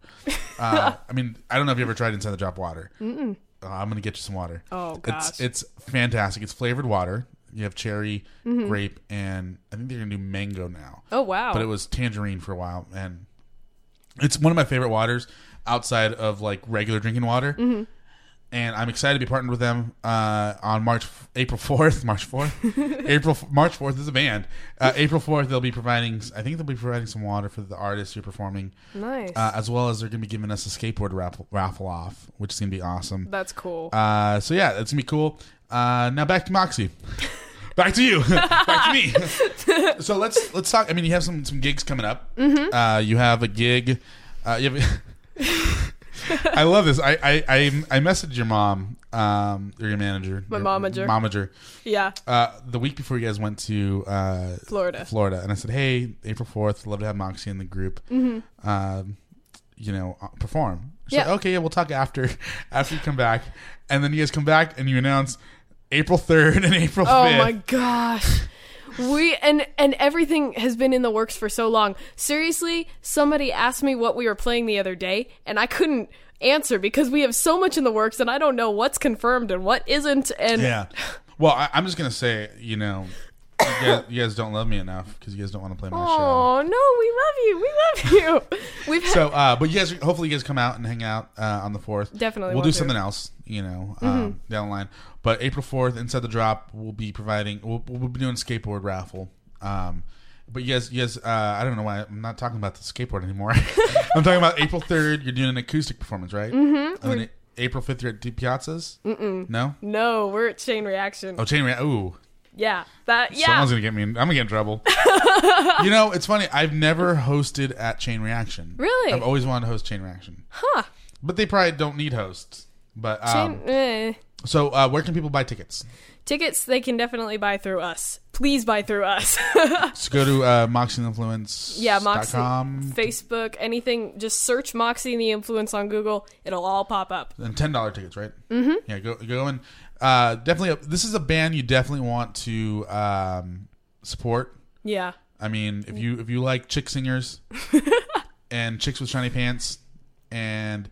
Speaker 3: Uh, I mean, I don't know if you ever tried Inside the Drop water. Uh, I'm going to get you some water.
Speaker 4: Oh,
Speaker 3: It's,
Speaker 4: gosh.
Speaker 3: it's fantastic. It's flavored water. You have cherry, grape, and I think they're going to do mango now
Speaker 4: Mm-hmm. Oh, wow.
Speaker 3: but it was tangerine for a while and it's one of my favorite waters outside of like regular drinking water
Speaker 4: Mm-hmm.
Speaker 3: and i'm excited to be partnered with them uh, on march april 4th march 4th april march 4th is a band uh, april 4th they'll be providing i think they'll be providing some water for the artists who are performing
Speaker 4: nice.
Speaker 3: uh, as well as they're going to be giving us a skateboard raffle, raffle off which is going to be awesome
Speaker 4: That's cool.
Speaker 3: uh, so yeah, that's gonna be cool. Uh, now back to Moxie. Back to you. back to me. so let's let's talk. I mean, you have some some gigs coming up.
Speaker 4: Mm-hmm.
Speaker 3: Uh, you have a gig. Uh, you have. I love this. I I I, I messaged your mom, um, or your manager,
Speaker 4: My
Speaker 3: your
Speaker 4: momager.
Speaker 3: momager,
Speaker 4: yeah.
Speaker 3: uh, the week before you guys went to uh,
Speaker 4: Florida.
Speaker 3: Florida, and I said, "Hey, April fourth, love to have Moxie in the group. Um, you know, uh, perform." She's
Speaker 4: Mm-hmm. Yeah.
Speaker 3: like, "Okay, yeah, we'll talk after after you come back." And then you guys come back, and you announce April 3rd and April 5th.
Speaker 4: Oh my gosh. We and and everything has been in the works for so long. Seriously, somebody asked me what we were playing the other day and I couldn't answer because we have so much in the works and I don't know what's confirmed and what isn't and
Speaker 3: Yeah. Well, I, I'm just gonna say, you know, you guys, you guys don't love me enough because you guys don't want to play my
Speaker 4: Oh no, we love you. We love you. We've
Speaker 3: show. So, uh, but you guys, hopefully, you guys come out and hang out uh, on the fourth.
Speaker 4: Definitely
Speaker 3: we'll
Speaker 4: want
Speaker 3: do
Speaker 4: to.
Speaker 3: something else, you know, um, down the line. But April fourth, inside the drop, we'll be providing. We'll, we'll be doing skateboard raffle. Um, but yes, yes. Uh, I don't know why I'm not talking about the skateboard anymore. I'm talking about April third. You're doing an acoustic performance, right? Mm-hmm. And then April fifth, you're at D Piazzas. Mm-mm. No.
Speaker 4: No, we're at Chain Reaction.
Speaker 3: Oh, chain reaction. Ooh,
Speaker 4: Yeah. That yeah.
Speaker 3: Someone's gonna get me. In, I'm gonna get in trouble. you know, it's funny. I've never hosted at Chain Reaction.
Speaker 4: Really?
Speaker 3: I've always wanted to host Chain Reaction. Huh? But they probably don't need hosts. But um,
Speaker 4: Chain- eh.
Speaker 3: so, uh, where can people buy tickets?
Speaker 4: Tickets they can definitely buy through us. Please buy through us.
Speaker 3: So go to uh, moxieinfluence.
Speaker 4: yeah, Moxie, Facebook, anything. Just search Moxie and the Influence on Google. It'll all pop up.
Speaker 3: and ten dollar tickets, right? Mm-hmm. Yeah, go go and uh, definitely. this is a band you definitely want to um, support.
Speaker 4: Yeah.
Speaker 3: I mean, if you if you like chick singers and chicks with shiny pants and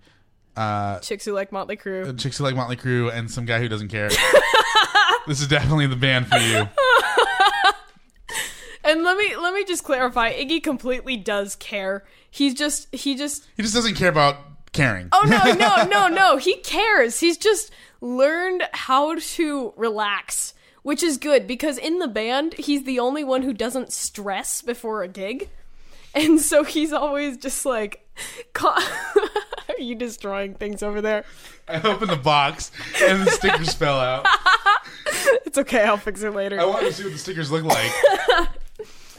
Speaker 3: uh,
Speaker 4: Chicks who like Motley Crue.
Speaker 3: chicks who like Motley Crue and some guy who doesn't care, this is definitely the band for you.
Speaker 4: And let me let me just clarify. Iggy completely does care. He's just he just
Speaker 3: He just doesn't care about caring.
Speaker 4: Oh no, no, no, no. He cares. He's just learned how to relax, which is good because in the band, he's the only one who doesn't stress before a gig. And so he's always just like ca- Are you destroying things over there?
Speaker 3: I opened the box and the stickers fell out.
Speaker 4: It's okay, I'll fix it later.
Speaker 3: I wanted to see what the stickers look like.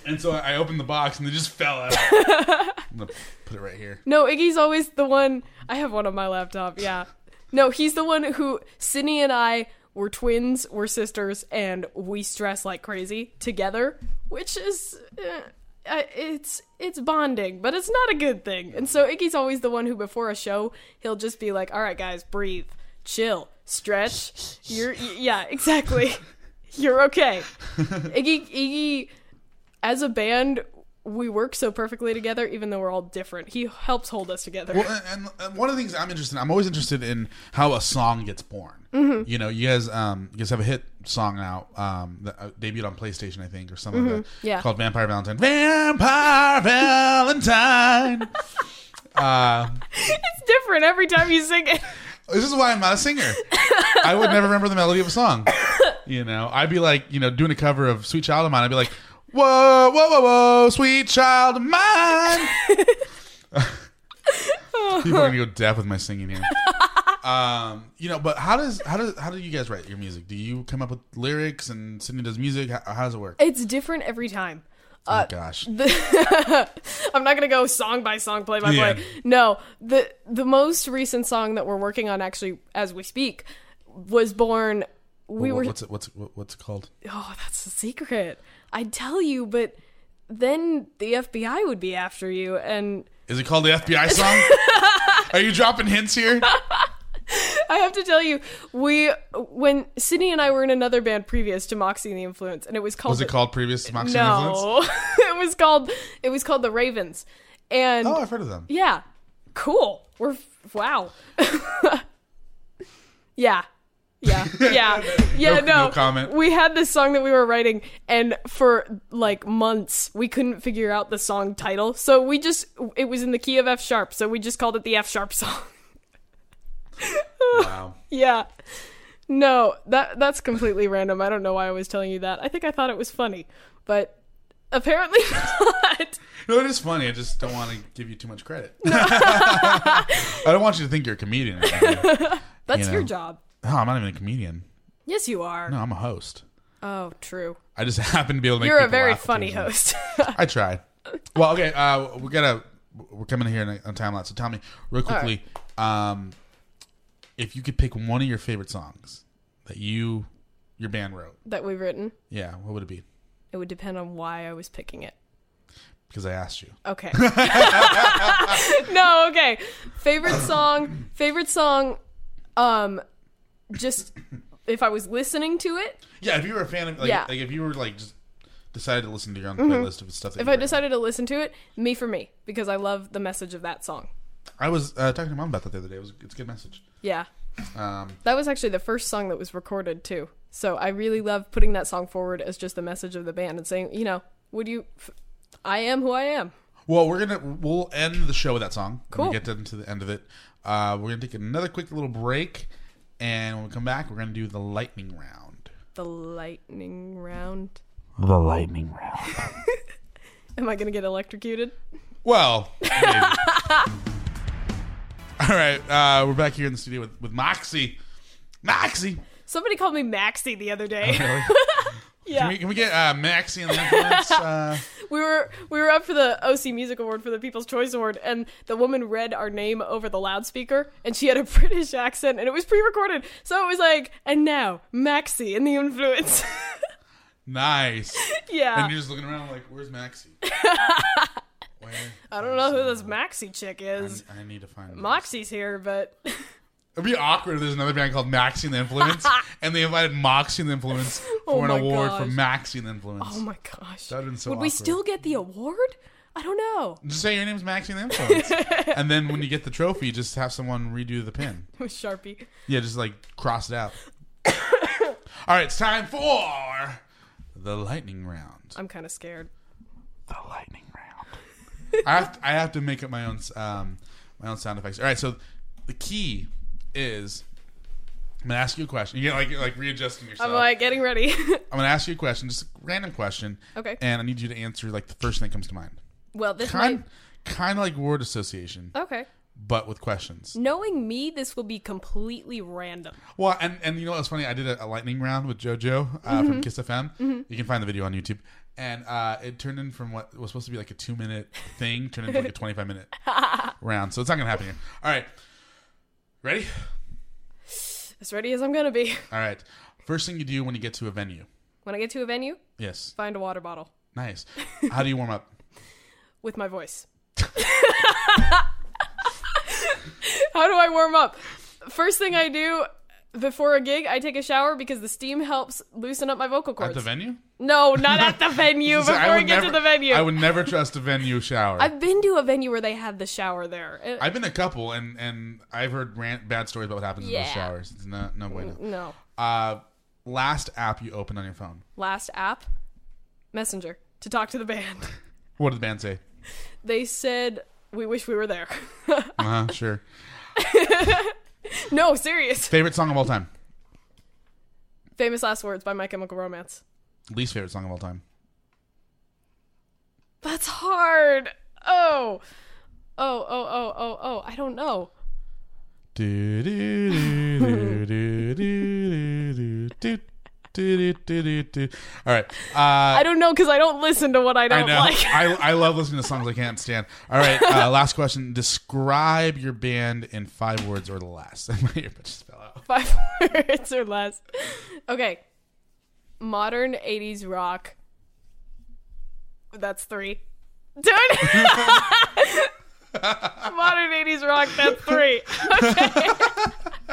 Speaker 3: And so I opened the box and they just fell out. I'm gonna put it right here.
Speaker 4: No, Iggy's always the one. I have one on my laptop. Yeah. No, he's the one who Sydney and I were twins, we're sisters, and we stress like crazy together, which is uh, uh, it's it's bonding, but it's not a good thing. And so Iggy's always the one who before a show, he'll just be like, "All right, guys, breathe, chill, stretch. You're y- yeah, exactly. You're okay." Iggy Iggy as a band we work so perfectly together even though we're all different he helps hold us together
Speaker 3: Well, and, and one of the things I'm interested in, I'm always interested in how a song gets born. You know, you guys, um, you guys have a hit song out um, that uh, debuted on PlayStation, I think, or something like that,
Speaker 4: Yeah.
Speaker 3: called Vampire Valentine. Vampire Valentine. uh,
Speaker 4: it's different every time you sing it
Speaker 3: this is why I'm not a singer. I would never remember the melody of a song. You know, I'd be like, you know, doing a cover of Sweet Child of Mine. I'd be like, whoa, whoa, whoa, whoa, Sweet Child of Mine. People are gonna go deaf with my singing here. Um, you know, but how does how does how do you guys write your music? Do you come up with lyrics and Sydney does music? How, how does it work?
Speaker 4: it's different every time
Speaker 3: oh gosh,
Speaker 4: i'm not gonna go song by song play by
Speaker 3: Yeah.
Speaker 4: play no the the most recent song that we're working on actually as we speak was born we
Speaker 3: What-
Speaker 4: were
Speaker 3: what's it what's it, what's it called?
Speaker 4: oh that's a secret i'd tell you but then the fbi would be after you and
Speaker 3: Is it called the FBI song? are you dropping hints here?
Speaker 4: I have to tell you, we when Sydney and I were in another band previous to Moxie and the Influence, and it was called
Speaker 3: Was it called previous Moxie Influence?
Speaker 4: No, it was called it was called the Ravens, and
Speaker 3: Oh, I've heard of them.
Speaker 4: yeah, cool. We're f- wow, yeah. Yeah, yeah, yeah.
Speaker 3: No-
Speaker 4: No,
Speaker 3: no comment.
Speaker 4: We had this song that we were writing, and for like months we couldn't figure out the song title, so we just it was in the key of F sharp, so we just called it the F sharp song.
Speaker 3: Wow.
Speaker 4: Yeah. No, that that's completely random. I don't know why I was telling you that. I think I thought it was funny, but apparently not.
Speaker 3: No, it is funny. I just don't want to give you too much credit. I don't want you to think you're a comedian. or something.
Speaker 4: That's
Speaker 3: You know.
Speaker 4: your job.
Speaker 3: No, I'm not even a comedian.
Speaker 4: Yes, you are.
Speaker 3: No, I'm a host.
Speaker 4: Oh, true.
Speaker 3: I just happen to be able to make
Speaker 4: You're a
Speaker 3: people
Speaker 4: very
Speaker 3: laugh
Speaker 4: funny
Speaker 3: occasionally.
Speaker 4: host.
Speaker 3: I try. Well, okay, uh, we gotta. We're coming here in- on time lapse. So tell me real quickly, um, if you could pick one of your favorite songs that you your band wrote.
Speaker 4: that we've written.
Speaker 3: Yeah, what would it be?
Speaker 4: It would depend on why I was picking it.
Speaker 3: Because I asked you.
Speaker 4: Okay. no, okay. Favorite song, favorite song um just if I was listening to it.
Speaker 3: Yeah, if you were a fan of like,
Speaker 4: Yeah.
Speaker 3: like if you were like just decided to listen to your own
Speaker 4: Mhm.
Speaker 3: playlist of stuff that
Speaker 4: If
Speaker 3: you
Speaker 4: I
Speaker 3: write.
Speaker 4: decided to listen to it, me for me because I love the message of that song.
Speaker 3: I was uh, talking to mom about that the other day. It was it's a good message.
Speaker 4: Yeah.
Speaker 3: Um,
Speaker 4: That was actually the first song that was recorded too. So I really love putting that song forward as just the message of the band and saying, you know, would you f- I am who I am.
Speaker 3: Well, we're gonna we'll end the show with that song. When
Speaker 4: Cool.
Speaker 3: we get down to the end of it, uh, we're gonna take another quick little break, and when we come back, we're gonna do the lightning round.
Speaker 4: The lightning round.
Speaker 3: The lightning round.
Speaker 4: Am I going to get electrocuted?
Speaker 3: Well, maybe. all right, uh, we're back here in the studio with, with Moxie. Moxie,
Speaker 4: Somebody called me Maxie the other day. yeah.
Speaker 3: can we can we get uh, Maxie and the influence? uh,
Speaker 4: we were we were up for the OC Music Award for the People's Choice Award, and the woman read our name over the loudspeaker, and she had a British accent, and it was pre-recorded, so it was like, and now Maxie and the Influence.
Speaker 3: nice.
Speaker 4: Yeah.
Speaker 3: And you're just looking around like, where's Maxie?
Speaker 4: I don't know who this Maxie chick is.
Speaker 3: I need to find.
Speaker 4: Moxie's here, but oh
Speaker 3: It'd be awkward if there's another band called Maxi and the Influence, and they invited Moxie and the Influence
Speaker 4: Oh
Speaker 3: for an
Speaker 4: my
Speaker 3: award for
Speaker 4: gosh.
Speaker 3: Maxi and the Influence.
Speaker 4: oh my gosh,
Speaker 3: That would have been so
Speaker 4: would
Speaker 3: awkward.
Speaker 4: we still get the award? I don't know.
Speaker 3: Just say your name's Maxi and the Influence. and then when you get the trophy, just have someone redo the pin.
Speaker 4: With Sharpie.
Speaker 3: Yeah, just like cross it out. All right, it's time for the lightning round.
Speaker 4: I'm kind of scared.
Speaker 3: The lightning round. I have to, I have to make up my own s- um, my own sound effects. All right, so the key is I'm gonna ask you a question. You get like you're, like readjusting yourself.
Speaker 4: I'm like getting ready.
Speaker 3: Uh, I'm gonna ask you a question, just a random question.
Speaker 4: Okay.
Speaker 3: And I need you to answer like the first thing that comes to mind.
Speaker 4: well, this
Speaker 3: Kind kind of like word association,
Speaker 4: might. Okay.
Speaker 3: but with questions.
Speaker 4: Knowing me, this will be completely random.
Speaker 3: Well, and and you know what's funny? I did a, a lightning round with JoJo uh, from
Speaker 4: Mhm.
Speaker 3: Kiss FM.
Speaker 4: Mhm.
Speaker 3: You can find the video on YouTube. And uh, it turned in from what was supposed to be like a two minute thing, turned into like a 25 minute round. So it's not going to happen here. All right. Ready?
Speaker 4: As ready as I'm gonna be.
Speaker 3: All right. First thing you do when you get to a venue.
Speaker 4: When I get to a venue,
Speaker 3: Yes.
Speaker 4: find a water bottle
Speaker 3: Nice. How do you warm up?
Speaker 4: with my voice. How do I warm up? First thing I do before a gig, I take a shower because the steam helps loosen up my vocal cords.
Speaker 3: At the venue?
Speaker 4: No, not at the venue.
Speaker 3: So
Speaker 4: before
Speaker 3: would
Speaker 4: I, get
Speaker 3: never-
Speaker 4: to the venue,
Speaker 3: I would never trust a venue shower. I've,
Speaker 4: I've been to a venue where they had the shower there. It-
Speaker 3: been a couple and, and I've heard rant, bad stories about what happens in those
Speaker 4: Yeah.
Speaker 3: showers. It's no, no way. No.
Speaker 4: no.
Speaker 3: Uh, last app you opened on your phone.
Speaker 4: Last app, Messenger to talk to the band.
Speaker 3: What did the band say?
Speaker 4: They said we wish we were there.
Speaker 3: Uh huh. Sure.
Speaker 4: no, serious.
Speaker 3: Favorite song of all time.
Speaker 4: Famous last words by My Chemical Romance.
Speaker 3: Least favorite song of all time.
Speaker 4: That's hard. Oh. Oh, oh, oh, oh, oh. I don't know.
Speaker 3: Do, do, do, do, do, do, do, do, do, do, do, do, do. All right. Uh,
Speaker 4: I don't know because I don't listen to what I don't
Speaker 3: know.
Speaker 4: like.
Speaker 3: I, I love listening to songs I can't stand. All right. Uh, last question. Describe your band in five words or less. My earbud just fell out.
Speaker 4: Five words or less. Okay. Modern 80s rock. That's three. Darn it. Modern 80s rock, that's three.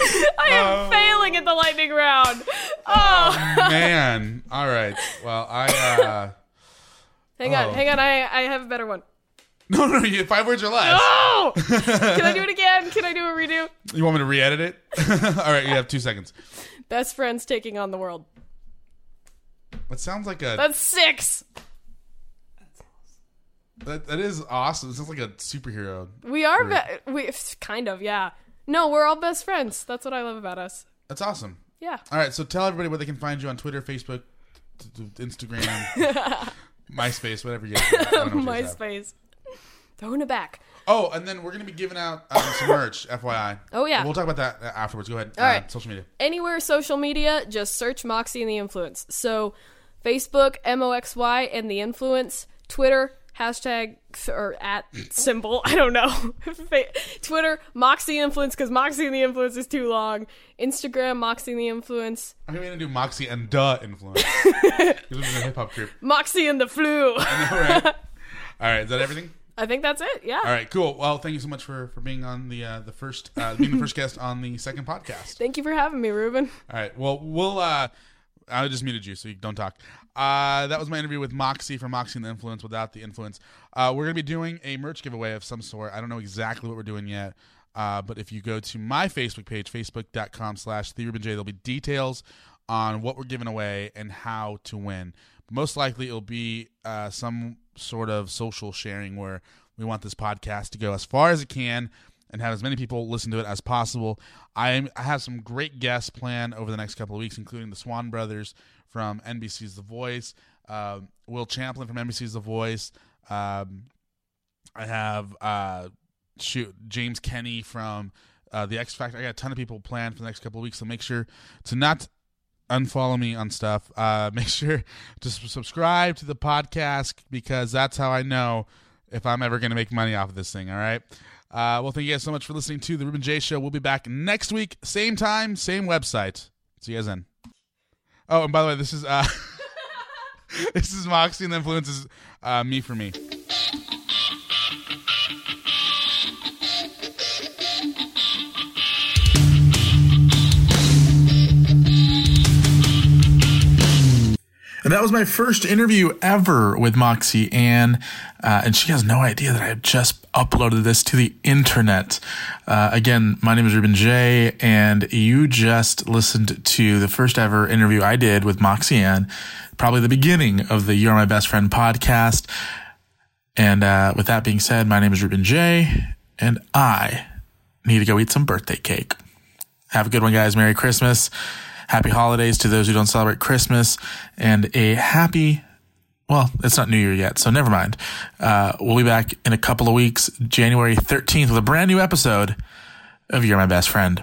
Speaker 4: Okay. I am
Speaker 3: Oh.
Speaker 4: failing at the lightning round. Oh.
Speaker 3: Man. All right. Well, I. Uh,
Speaker 4: Hang
Speaker 3: Oh.
Speaker 4: on, hang on. I, I have a better one.
Speaker 3: no, no, you five words or less.
Speaker 4: Oh! Can I do it again? Can I do a redo?
Speaker 3: You want me to re edit it? All right. You have two seconds.
Speaker 4: Best friends taking on the world.
Speaker 3: That sounds like a.
Speaker 4: That's six.
Speaker 3: That, that is awesome. It sounds like a superhero.
Speaker 4: We are
Speaker 3: group.
Speaker 4: be- we kind of yeah. No, we're all best friends. That's what I love about us.
Speaker 3: That's awesome.
Speaker 4: Yeah.
Speaker 3: All right, so tell everybody where they can find you on Twitter, Facebook, t- t- Instagram, MySpace, whatever you guys. I don't know what you guys have.
Speaker 4: MySpace. Throwing it back.
Speaker 3: Oh, and then we're gonna be giving out um, some merch, FYI.
Speaker 4: Oh, yeah.
Speaker 3: we'll talk about that uh, afterwards. Go ahead.
Speaker 4: All right.
Speaker 3: social media.
Speaker 4: Anywhere social media, just search Moxie and the Influence. So, Facebook M O X Y and the Influence. Twitter hashtag or at symbol. I don't know. Fa- Twitter Moxie Influence because Moxie and the Influence is too long. Instagram Moxie and the Influence.
Speaker 3: I'm gonna do Moxie and Duh influence. this is a hip hop group.
Speaker 4: Moxie and the Flu.
Speaker 3: All right. All right, is that everything?
Speaker 4: I think that's it. Yeah.
Speaker 3: All right, cool. Well, thank you so much for for being on the uh, the first uh, being the first guest on the second podcast.
Speaker 4: Thank you for having me, Ruben.
Speaker 3: All right. Well, we'll. uh I just muted you, so you don't talk. Uh, that was my interview with Moxie from Moxie and the Influence. Without the Influence, uh, we're gonna be doing a merch giveaway of some sort. I don't know exactly what we're doing yet, uh, but if you go to my Facebook page, facebook.com/slash the Ruben J, there'll be details on what we're giving away and how to win. Most likely, it'll be uh, some sort of social sharing where we want this podcast to go as far as it can and have as many people listen to it as possible. I, am, I have some great guests planned over the next couple of weeks, including the Swan Brothers from NBC's The Voice, um, Will Champlin from NBC's The Voice. Um, I have uh, shoot James Kenny from uh, The X Factor. I got a ton of people planned for the next couple of weeks, so make sure to not unfollow me on stuff. Uh, make sure to s- subscribe to the podcast because that's how I know if I'm ever going to make money off of this thing. All right. Uh, well, thank you guys so much for listening to the Ruben J Show. We'll be back next week, same time, same website. See you guys then. Oh, and by the way, this is uh, this is Moxie and the influences uh, me for me.
Speaker 1: And that was my first interview ever with Moxie Ann. Uh, and she has no idea that I have just uploaded this to the internet. Uh, again, my name is Ruben J, and you just listened to the first ever interview I did with Moxie Ann, probably the beginning of the You're My Best Friend podcast. And uh, with that being said, my name is Ruben J, and I need to go eat some birthday cake. Have a good one, guys. Merry Christmas. Happy holidays to those who don't celebrate Christmas and a happy, well, it's not New Year yet, so never mind. Uh, we'll be back in a couple of weeks, January 13th, with a brand new episode of You're My Best Friend.